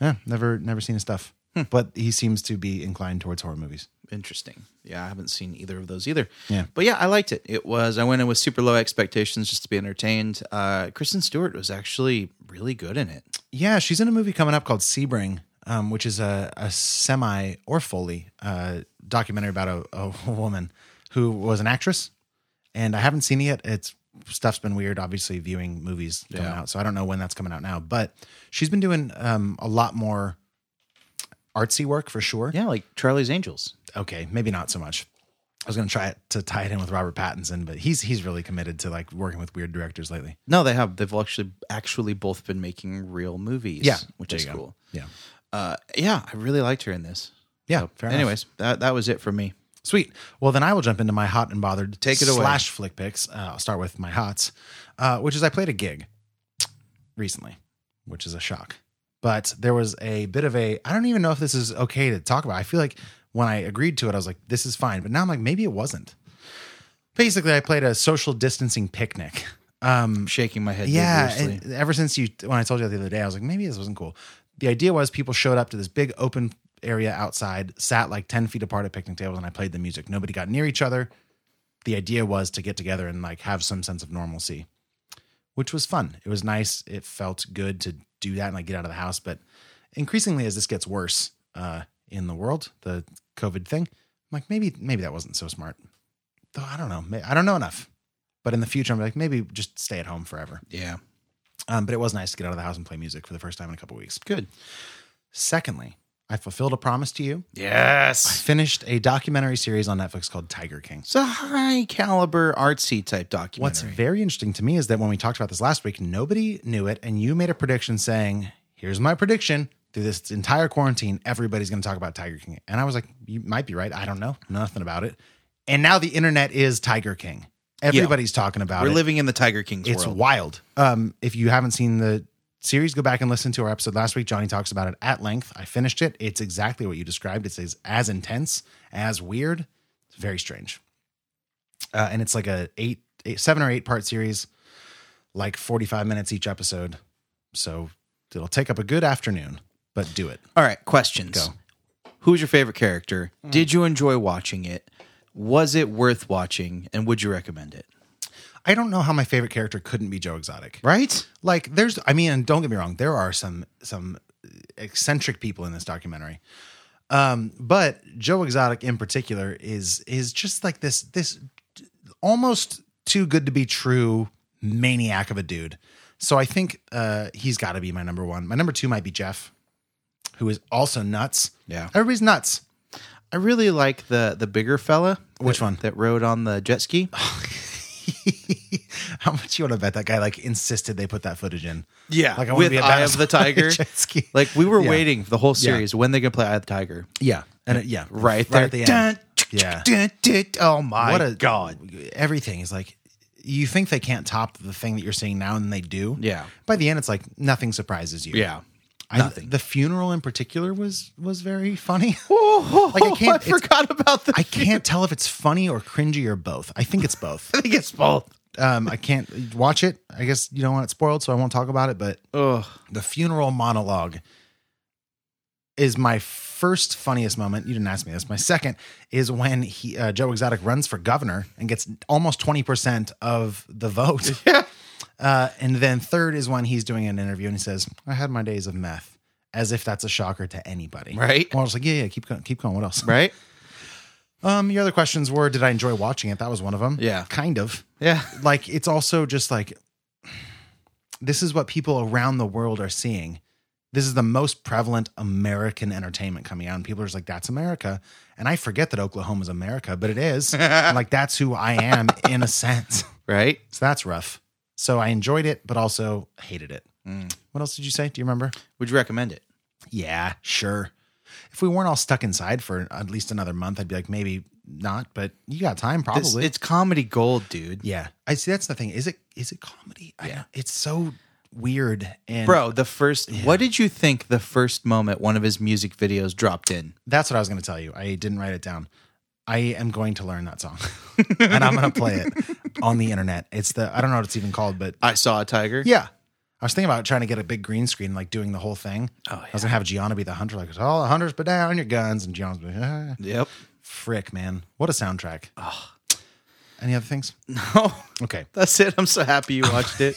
Yeah, never never seen his stuff, but he seems to be inclined towards horror movies. interesting. Yeah, I haven't seen either of those either. Yeah. But yeah, I liked it. It was I went in with super low expectations just to be entertained. Uh Kristen Stewart was actually really good in it. Yeah, she's in a movie coming up called Sebring, um, which is a, a semi or fully uh, documentary about a, a woman who was an actress. And I haven't seen it yet. It's stuff's been weird, obviously, viewing movies coming Yeah. out. So I don't know when that's coming out now. But she's been doing um, a lot more artsy work for sure. Yeah, like Charlie's Angels. Okay, maybe not so much. I was gonna try it to tie it in with Robert Pattinson, but he's he's really committed to like working with weird directors lately. No, they have. They've actually actually both been making real movies. Yeah, Which there is you go. cool. Yeah. Uh yeah, I really liked her in this. Yeah. Fair enough. Anyways, that that was it for me. Sweet. Well, then I will jump into my hot and bothered. Take it away. Slash flick picks. Uh, I'll start with my hots, uh, which is I played a gig recently, which is a shock. But there was a bit of a I don't even know if this is okay to talk about. I feel like when I agreed to it, I was like, this is fine. But now I'm like, maybe it wasn't. Basically, I played a social distancing picnic <laughs> Um, shaking my head. Yeah, vigorously. and ever since you when I told you that the other day, I was like, maybe this wasn't cool. The idea was people showed up to this big open area outside, sat like ten feet apart at picnic tables, and I played the music. Nobody got near each other. The idea was to get together and like have some sense of normalcy, which was fun. It was nice. It felt good to do that and like get out of the house. But increasingly, as this gets worse uh, in the world, the COVID thing, I'm like maybe maybe that wasn't so smart. Though I don't know. May- I don't know enough. But in the future, I'm like maybe just stay at home forever. yeah, Um, but it was nice to get out of the house and play music for the first time in a couple weeks. good. Secondly, I fulfilled a promise to you. Yes, Finished a documentary series on Netflix called Tiger King. it's a high caliber artsy type documentary. What's very interesting to me is that when we talked about this last week, nobody knew it, and you made a prediction saying, "Here's my prediction." Through this entire quarantine, everybody's going to talk about Tiger King, and I was like, "You might be right. I don't know nothing about it." And now the internet is Tiger King. Everybody's talking about We're it. living in the Tiger King's It's world. wild. Um, if you haven't seen the series, go back and listen to our episode last week. Johnny talks about it at length. I finished it. It's exactly what you described. It's as, as intense, as weird. It's very strange. Uh, and it's like a eight, eight, seven or eight part series, like 45 minutes each episode. So it'll take up a good afternoon, but do it. All right, questions. Go. Mm. Who's your favorite character? Did you enjoy watching it? Was it worth watching? And would you recommend it? I don't know how my favorite character couldn't be Joe Exotic. Right? like there's i mean and don't get me wrong there are some some eccentric people in this documentary um but joe exotic in particular is is just like this this almost too good to be true maniac of a dude so i think uh he's got to be my number one my number two might be jeff who is also nuts Yeah. everybody's nuts <laughs> I really like the the bigger fella. Which that- one? That rode on the <sighs> jet ski. how much you want to bet that guy like insisted they put that footage in Yeah. like Like I wanna with be a Eye basketball of <laughs> the Tiger. jet ski. Like we were Yeah. waiting for the whole series when they could play Eye of the Tiger. yeah and it, yeah Right there. at the end Dun, yeah dun, dun, oh my what a god. Everything is like you think they can't top the thing that you're seeing now, and they do. Yeah. By the end, it's like nothing surprises you. Yeah. I, nothing. The funeral in particular was was very funny. like I can't- I it's- forgot about the <laughs> I <laughs> can't tell if it's funny or cringy or both. <laughs> I think it's both. I think it's both. Um, I can't watch it. I guess you don't want it spoiled, so I won't talk about it. But Ugh. the funeral monologue is my first funniest moment. You didn't ask me this. My second is when he uh, Joe Exotic runs for governor and gets almost twenty percent of the <laughs> vote. Uh, and then third is when he's doing an interview and he says, "I had my days of meth," as if that's a shocker to anybody. Right. Well, I was like, "Yeah, yeah, keep going, keep going." What else? Right? Um, your other questions were, did I enjoy watching it? That was one of them. Yeah. Kind of Yeah. like it's also just like this is what people around the world are seeing. This is the most prevalent American entertainment coming out, and people are just like, "That's America." And I forget that Oklahoma's America, but it <laughs> is. And, like that's who I am in a sense. <laughs> Right? So that's rough. So I enjoyed it, but also hated it. What else did you say? Do you remember? Would you recommend it? Mm. Yeah, sure. If we weren't all stuck inside for at least another month, I'd be like, maybe not. But you got time, It's, probably. it's comedy gold, dude. Yeah, I see. That's the thing. Is it is it comedy? I don't, it's so weird. And Bro, the first what did you think the first moment one of his music videos dropped in? that's what I was going to tell you. I didn't write it down. I am going to learn that <laughs> song, and I'm going to play it on the internet. It's the I don't know what it's even called, but I saw a tiger. yeah. I was thinking about trying to get a big green screen, like doing the whole thing. Oh, I was gonna have Gianna be the hunter, like, "Oh, the hunters, put down your guns," and Gianna's like, ah. Yep. <laughs> "Frick, man, what a soundtrack!" Any other things? Oh, Okay. that's it. I'm so happy you watched <laughs> it.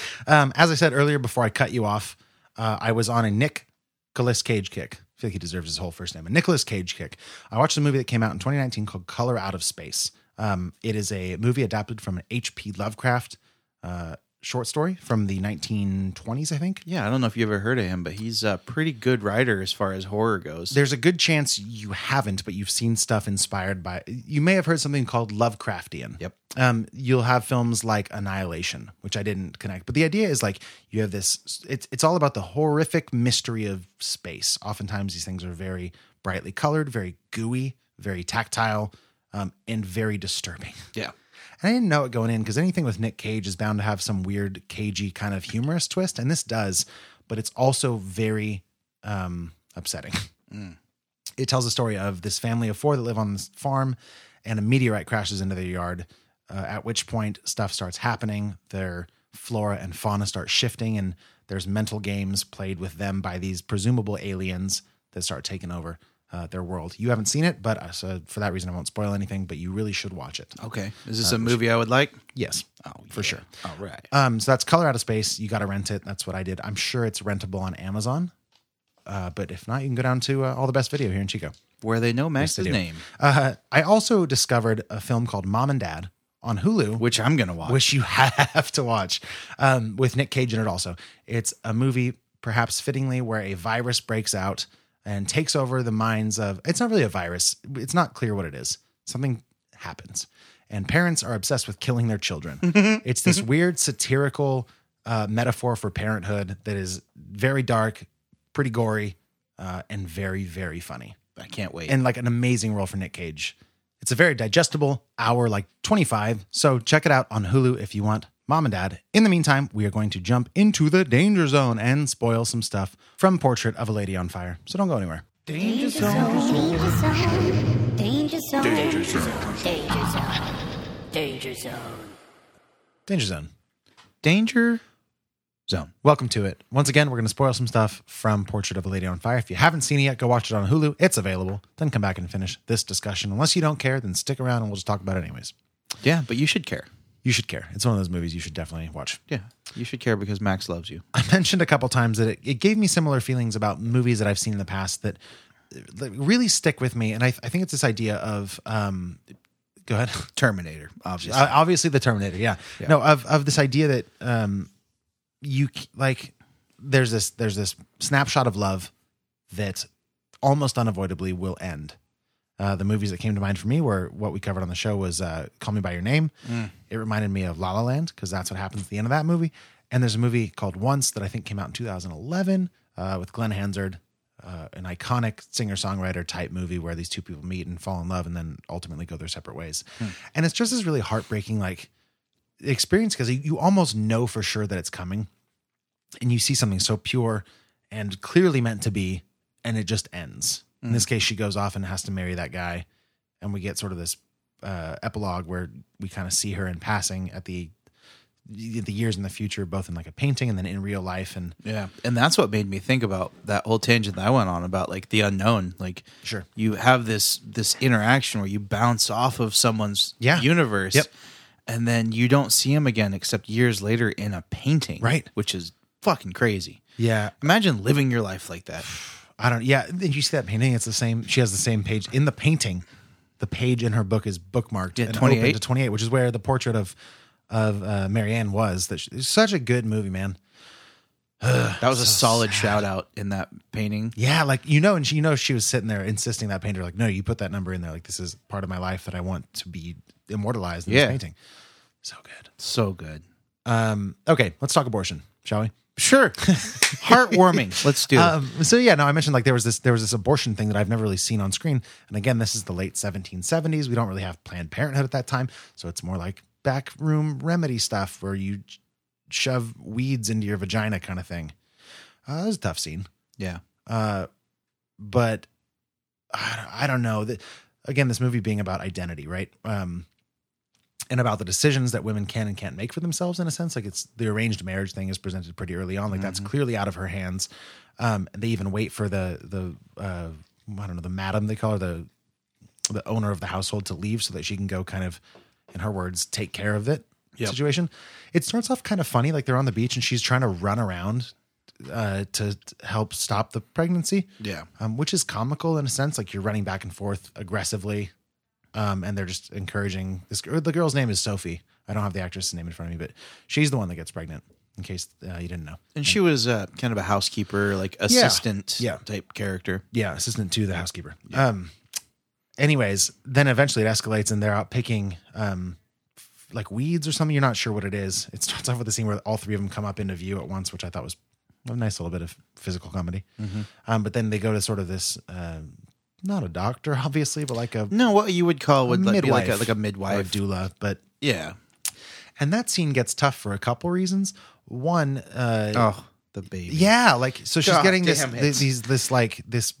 <laughs> Um, as I said earlier, before I cut you off, uh, I was on a Nick Nicholas Cage kick. I feel like he deserves his whole first name. A Nicholas Cage kick. I watched a movie that came out in 2019 called Color Out of Space. Um, it is a movie adapted from an H.P. Lovecraft uh, short story from the 1920s, I think. yeah, I don't know if you ever heard of him, but he's a pretty good writer as far as horror goes. There's a good chance you haven't, but you've seen stuff inspired by. You may have heard something called Lovecraftian. Yep. Um, you'll have films like Annihilation, which I didn't connect, but the idea is like you have this. It's it's all about the horrific mystery of space. Oftentimes, these things are very brightly colored, very gooey, very tactile, um, and very disturbing. <laughs> yeah. And I didn't know it going in because anything with Nick Cage is bound to have some weird, cagey kind of humorous twist, and this does, but it's also very um, upsetting. It tells the story of this family of four that live on this farm, and a meteorite crashes into their yard, uh, at which point stuff starts happening. Their flora and fauna start shifting, and there's mental games played with them by these presumable aliens that start taking over uh, their world. You haven't seen it, but uh, so for that reason, I won't spoil anything, but you really should watch it. Okay. Uh, Is this a movie I would like? Yes. for sure. Oh, All right. Um, so that's Color Out of Space. You got to rent it. That's what I did. I'm sure it's rentable on Amazon. Uh, but if not, you can go down to uh, All the Best Video here in Chico. Where they know Max's do. name, Uh, I also discovered a film called Mom and Dad on Hulu, which I'm going to watch. which you <laughs> have to watch, um, with Nick Cage in it also. It's a movie, perhaps fittingly, where a virus breaks out and takes over the minds of. It's not really a virus, it's not clear what it is. Something happens, and parents are obsessed with killing their children. it's this weird satirical uh, metaphor for parenthood that is very dark, pretty gory, uh, and very, very funny I can't wait. and like an amazing role for Nick Cage. It's a very digestible hour, like 25. So check it out on Hulu if you want, mom and dad. In the meantime, we are going to jump into the danger zone and spoil some stuff from Portrait of a Lady on Fire. So don't go anywhere. Danger zone. Danger zone. Danger zone. Danger zone. Danger zone. Danger zone. Danger Zone. Welcome to it. Once again, we're going to spoil some stuff from Portrait of a Lady on Fire. If you haven't seen it yet, go watch it on Hulu. It's available. Then come back and finish this discussion. Unless you don't care, then stick around and we'll just talk about it anyways. Yeah, but you should care. You should care. It's one of those movies you should definitely watch. Yeah, you should care because Max loves you. I mentioned a couple times that it, it gave me similar feelings about movies that I've seen in the past that, that really stick with me. And I, I think it's this idea of, um, go ahead. <laughs> Terminator, obviously. Uh, obviously the Terminator. Yeah. No, of, of this idea that, um, you c- like, there's this, there's this snapshot of love that almost unavoidably will end. Uh, the movies that came to mind for me were what we covered on the show was uh, Call Me by Your Name. It reminded me of La La Land because that's what happens at the end of that movie. And there's a movie called Once that I think came out in 2011 uh, with Glenn Hansard, uh, an iconic singer songwriter type movie where these two people meet and fall in love and then ultimately go their separate ways. And it's just this really heartbreaking like experience because you you almost know for sure that it's coming and you see something so pure and clearly meant to be, and it just ends. In this case, she goes off and has to marry that guy, and we get sort of this uh, epilogue where we kind of see her in passing at the the years in the future, both in like a painting and then in real life. And Yeah. And that's what made me think about that whole tangent that I went on about like the unknown. Like Sure. you have this this interaction where you bounce off of someone's Yeah. universe Yep. and then you don't see him again except years later in a painting. Right. Which is fucking crazy. yeah, Imagine living your life <sighs> like that. I don't. Yeah, did you see that painting? It's the same. She has the same page in the painting. The page in her book is bookmarked Yeah, and 28? open to twenty eight, which is where the portrait of of uh, Marianne was. That she, it's such a good movie, man. That was a solid shout out in that painting. Yeah, like you know, and she, you know, she was sitting there insisting that painter, like, no, you put that number in there. Like, this is part of my life that I want to be immortalized in Yeah. this painting. So good. <laughs> So good. Um, okay, let's talk abortion, shall we? <laughs> Sure. Heartwarming. Let's do it. Um, so yeah, no, I mentioned like there was this there was this abortion thing that I've never really seen on screen. And again, this is the late 1770s. We don't really have Planned Parenthood at that time, so it's more like backroom remedy stuff where you shove weeds into your vagina kind of thing. Uh, that was a tough scene. yeah. Uh, but I don't, I don't know. The- Again, this movie being about identity, right? Um, and about the decisions that women can and can't make for themselves, in a sense. Like it's the arranged marriage thing is presented pretty early on. Like that's clearly out of her hands. Um, they even wait for the the uh, I don't know the madam they call her the the owner of the household to leave so that she can go kind of, in her words, take care of it situation. It starts off kind of funny, like they're on the beach and she's trying to run around uh, to to help stop the pregnancy. Yeah. Um, which is comical in a sense, like you're running back and forth aggressively. Um, and they're just encouraging this girl. The girl's name is Sophie. I don't have the actress' name in front of me, but she's the one that gets pregnant, in case uh, you didn't know. And she was uh, kind of a housekeeper, like assistant Yeah. type character. Yeah, assistant to the housekeeper. Um, anyways, then eventually it escalates and they're out picking um, f- like weeds or something. You're not sure what it is. It starts off with a scene where all three of them come up into view at once, which I thought was a nice little bit of physical comedy. Mm-hmm. Um, but then they go to sort of this, uh, not a doctor, obviously, but like a No, what you would call would like, be like midwife a like or a a midwife. doula. But yeah. and that scene gets tough for a couple reasons. One, uh, Oh, the baby. Yeah, like so she's God getting this, damn it. this these this like this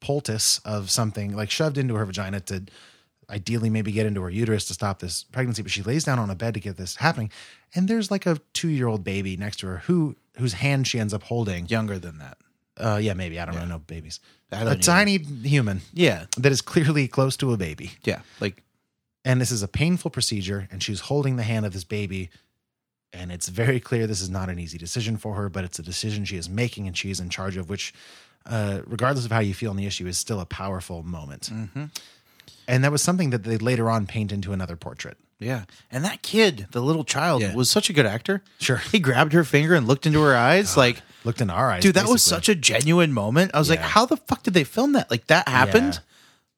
poultice of something like shoved into her vagina to ideally maybe get into her uterus to stop this pregnancy, but she lays down on a bed to get this happening. And there's like a two year old baby next to her who whose hand she ends up holding. Younger than that. Uh, yeah, maybe. I don't really know babies. I don't A either. tiny human Yeah. that is clearly close to a baby. Yeah. Like And this is a painful procedure, and she's holding the hand of this baby. And it's very clear this is not an easy decision for her, but it's a decision she is making and she is in charge of, which, uh, regardless of how you feel on the issue, is still a powerful moment. Mm-hmm. And that was something that they later on paint into another portrait. Yeah. And that kid, the little child, Yeah. was such a good actor. Sure. He grabbed her finger and looked into her eyes. Like, Looked in our eyes. dude, that was such a genuine moment. I was like, Yeah. how the fuck did they film that? Like, that happened? Yeah. Um,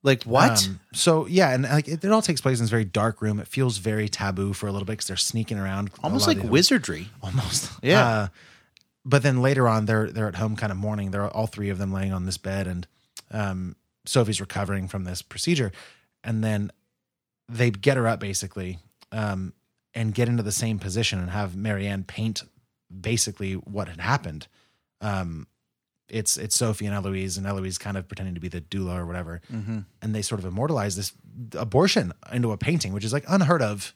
Like, what? so yeah, and like it, it all takes place in this very dark room. It feels very taboo for a little bit because they're sneaking around, a Almost lot of like the- wizardry. almost. <laughs> Yeah. Uh, but then later on, they're they're at home, kind of mourning. They're all three of them laying on this bed, and um, Sophie's recovering from this procedure, and then they get her up basically, um, and get into the same position and have Marianne paint basically what had happened. Um, it's it's Sophie and Eloise, and Eloise kind of pretending to be the doula or whatever, Mm-hmm. and they sort of immortalize this abortion into a painting, which is like unheard of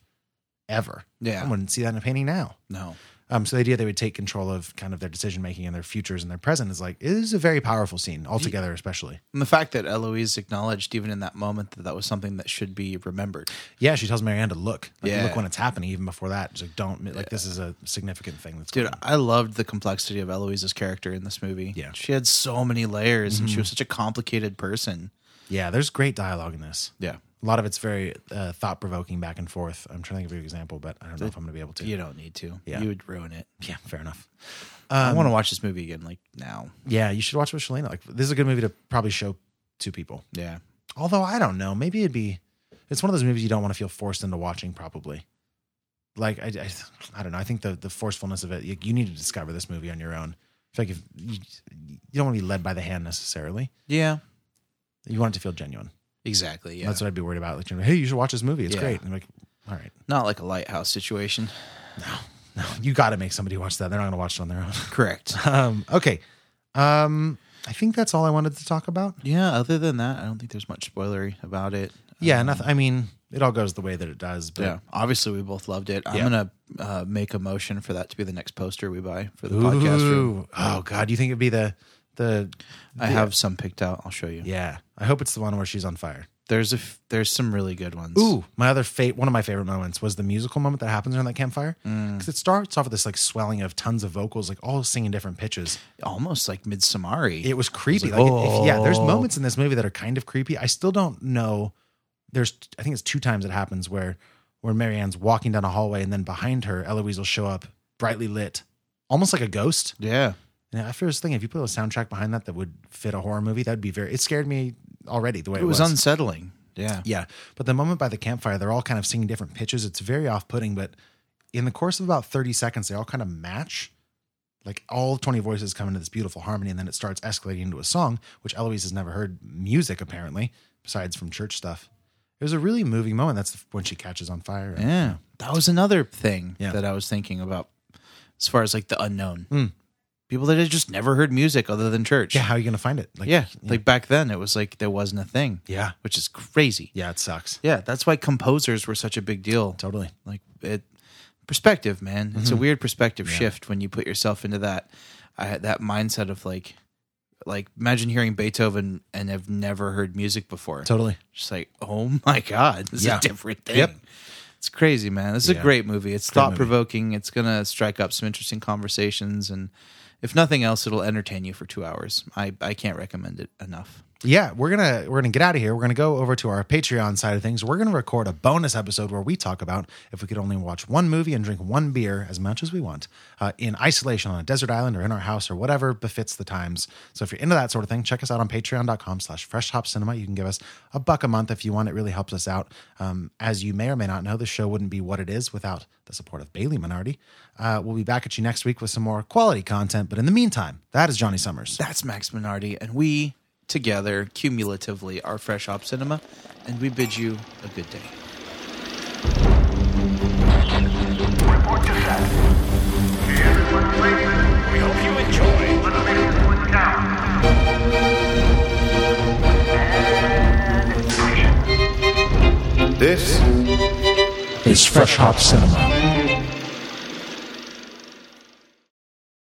ever. Yeah. I wouldn't see that in a painting now. No. Um, so the idea they would take control of kind of their decision making and their futures and their present is like it is a very powerful scene altogether, especially. And the fact that Eloise acknowledged, even in that moment, that that was something that should be remembered. Yeah, she tells Marianne to look, like, Yeah. look when it's happening. Even before that, She's like don't like this is a significant thing that's Dude, going on. I loved the complexity of Eloise's character in this movie. Yeah. She had so many layers and she was such a complicated person. Yeah, there's great dialogue in this. Yeah. A lot of it's very uh, thought provoking back and forth. I'm trying to think of an example, but I don't know if I'm going to be able to. You don't need to. Yeah. You would ruin it. Yeah, fair enough. Um, I want to watch this movie again, like now. Yeah, you should watch it with Shalina. Like this is a good movie to probably show two people. Yeah. Although I don't know, maybe it'd be. It's one of those movies you don't want to feel forced into watching. Probably, like I, I, I don't know. I think the the forcefulness of it. You, you need to discover this movie on your own. It's like if you, you don't want to be led by the hand necessarily. Yeah. You want it to feel genuine. Exactly. Yeah. That's what I'd be worried about. Like, you're like, hey, you should watch this movie. It's Yeah. great. And I'm like, all right, Not like a lighthouse <laughs> situation. no, you got to make somebody watch that. They're not going to watch it on their own. <laughs> Correct. um, okay, um, I think that's all I wanted to talk about. yeah. Other than that, I don't think there's much spoilery about it. Um, Yeah, nothing. I mean, it all goes the way that it does. But Yeah. Obviously, we both loved it. I'm Yeah. gonna uh, make a motion for that to be the next poster we buy for the podcast room. Ooh. Oh God, do you think it'd be the the? I have some picked out. I'll show you. Yeah, I hope it's the one where she's on fire. There's a f- there's some really good ones. Ooh, my other fate. One of my favorite moments was the musical moment that happens around that campfire Mm. because it starts off with this like swelling of tons of vocals, like all singing different pitches. almost like Midsommari. It was creepy. like, like, if- yeah, there's oh. moments in this movie that are kind of creepy. I still don't know. There's, I think it's two times it happens where where Marianne's walking down a hallway and then behind her, Eloise will show up brightly lit, almost like a ghost. yeah. And I first thing, if you put a soundtrack behind that that would fit a horror movie, that'd be very. It scared me already the way It, it, was, unsettling. Yeah. yeah, but the moment by the campfire, they're all kind of singing different pitches. It's very off-putting, but in the course of about thirty seconds, they all kind of match. Like all twenty voices come into this beautiful harmony, and then it starts escalating into a song, which Eloise has never heard music apparently, besides from church stuff. It was a really moving moment. That's when she catches on fire. and- Yeah. That was another thing Yeah. Hmm. that I was thinking about as far as like the unknown. People that had just never heard music other than church. Yeah, how are you gonna find it? Like, yeah. Like back then, it was like there wasn't a thing. Yeah. Which is crazy. yeah, it sucks. Yeah. That's why composers were such a big deal. Totally. Mm-hmm. Like it, perspective, man. It's a weird perspective shift when you put yourself into that, I, that mindset of like, like imagine hearing Beethoven and have never heard music before. Totally. Just like, oh <laughs> my God, this Yeah. is a different thing. Yep. It's crazy, man. This is a Yeah. great movie. It's thought provoking. It's gonna strike up some interesting conversations and if nothing else, it'll entertain you for two hours. I, I can't recommend it enough. yeah we're gonna we're gonna get out of here we're gonna go over to our patreon side of things we're gonna record a bonus episode where we talk about if we could only watch one movie and drink one beer as much as we want uh, in isolation on a desert island or in our house or whatever befits the times so if you're into that sort of thing check us out on patreon.com slash fresh hop cinema you can give us a buck a month if you want it really helps us out um, as you may or may not know the show wouldn't be what it is without the support of bailey minardi uh, we'll be back at you next week with some more quality content but in the meantime that is johnny summers That's Max Minardi, and we together cumulatively are Fresh Hop Cinema, and we bid you a good day. Report to set. Hey, everyone, please. We hope you enjoy. Let's make this one count. And action. This is Fresh Hop Cinema.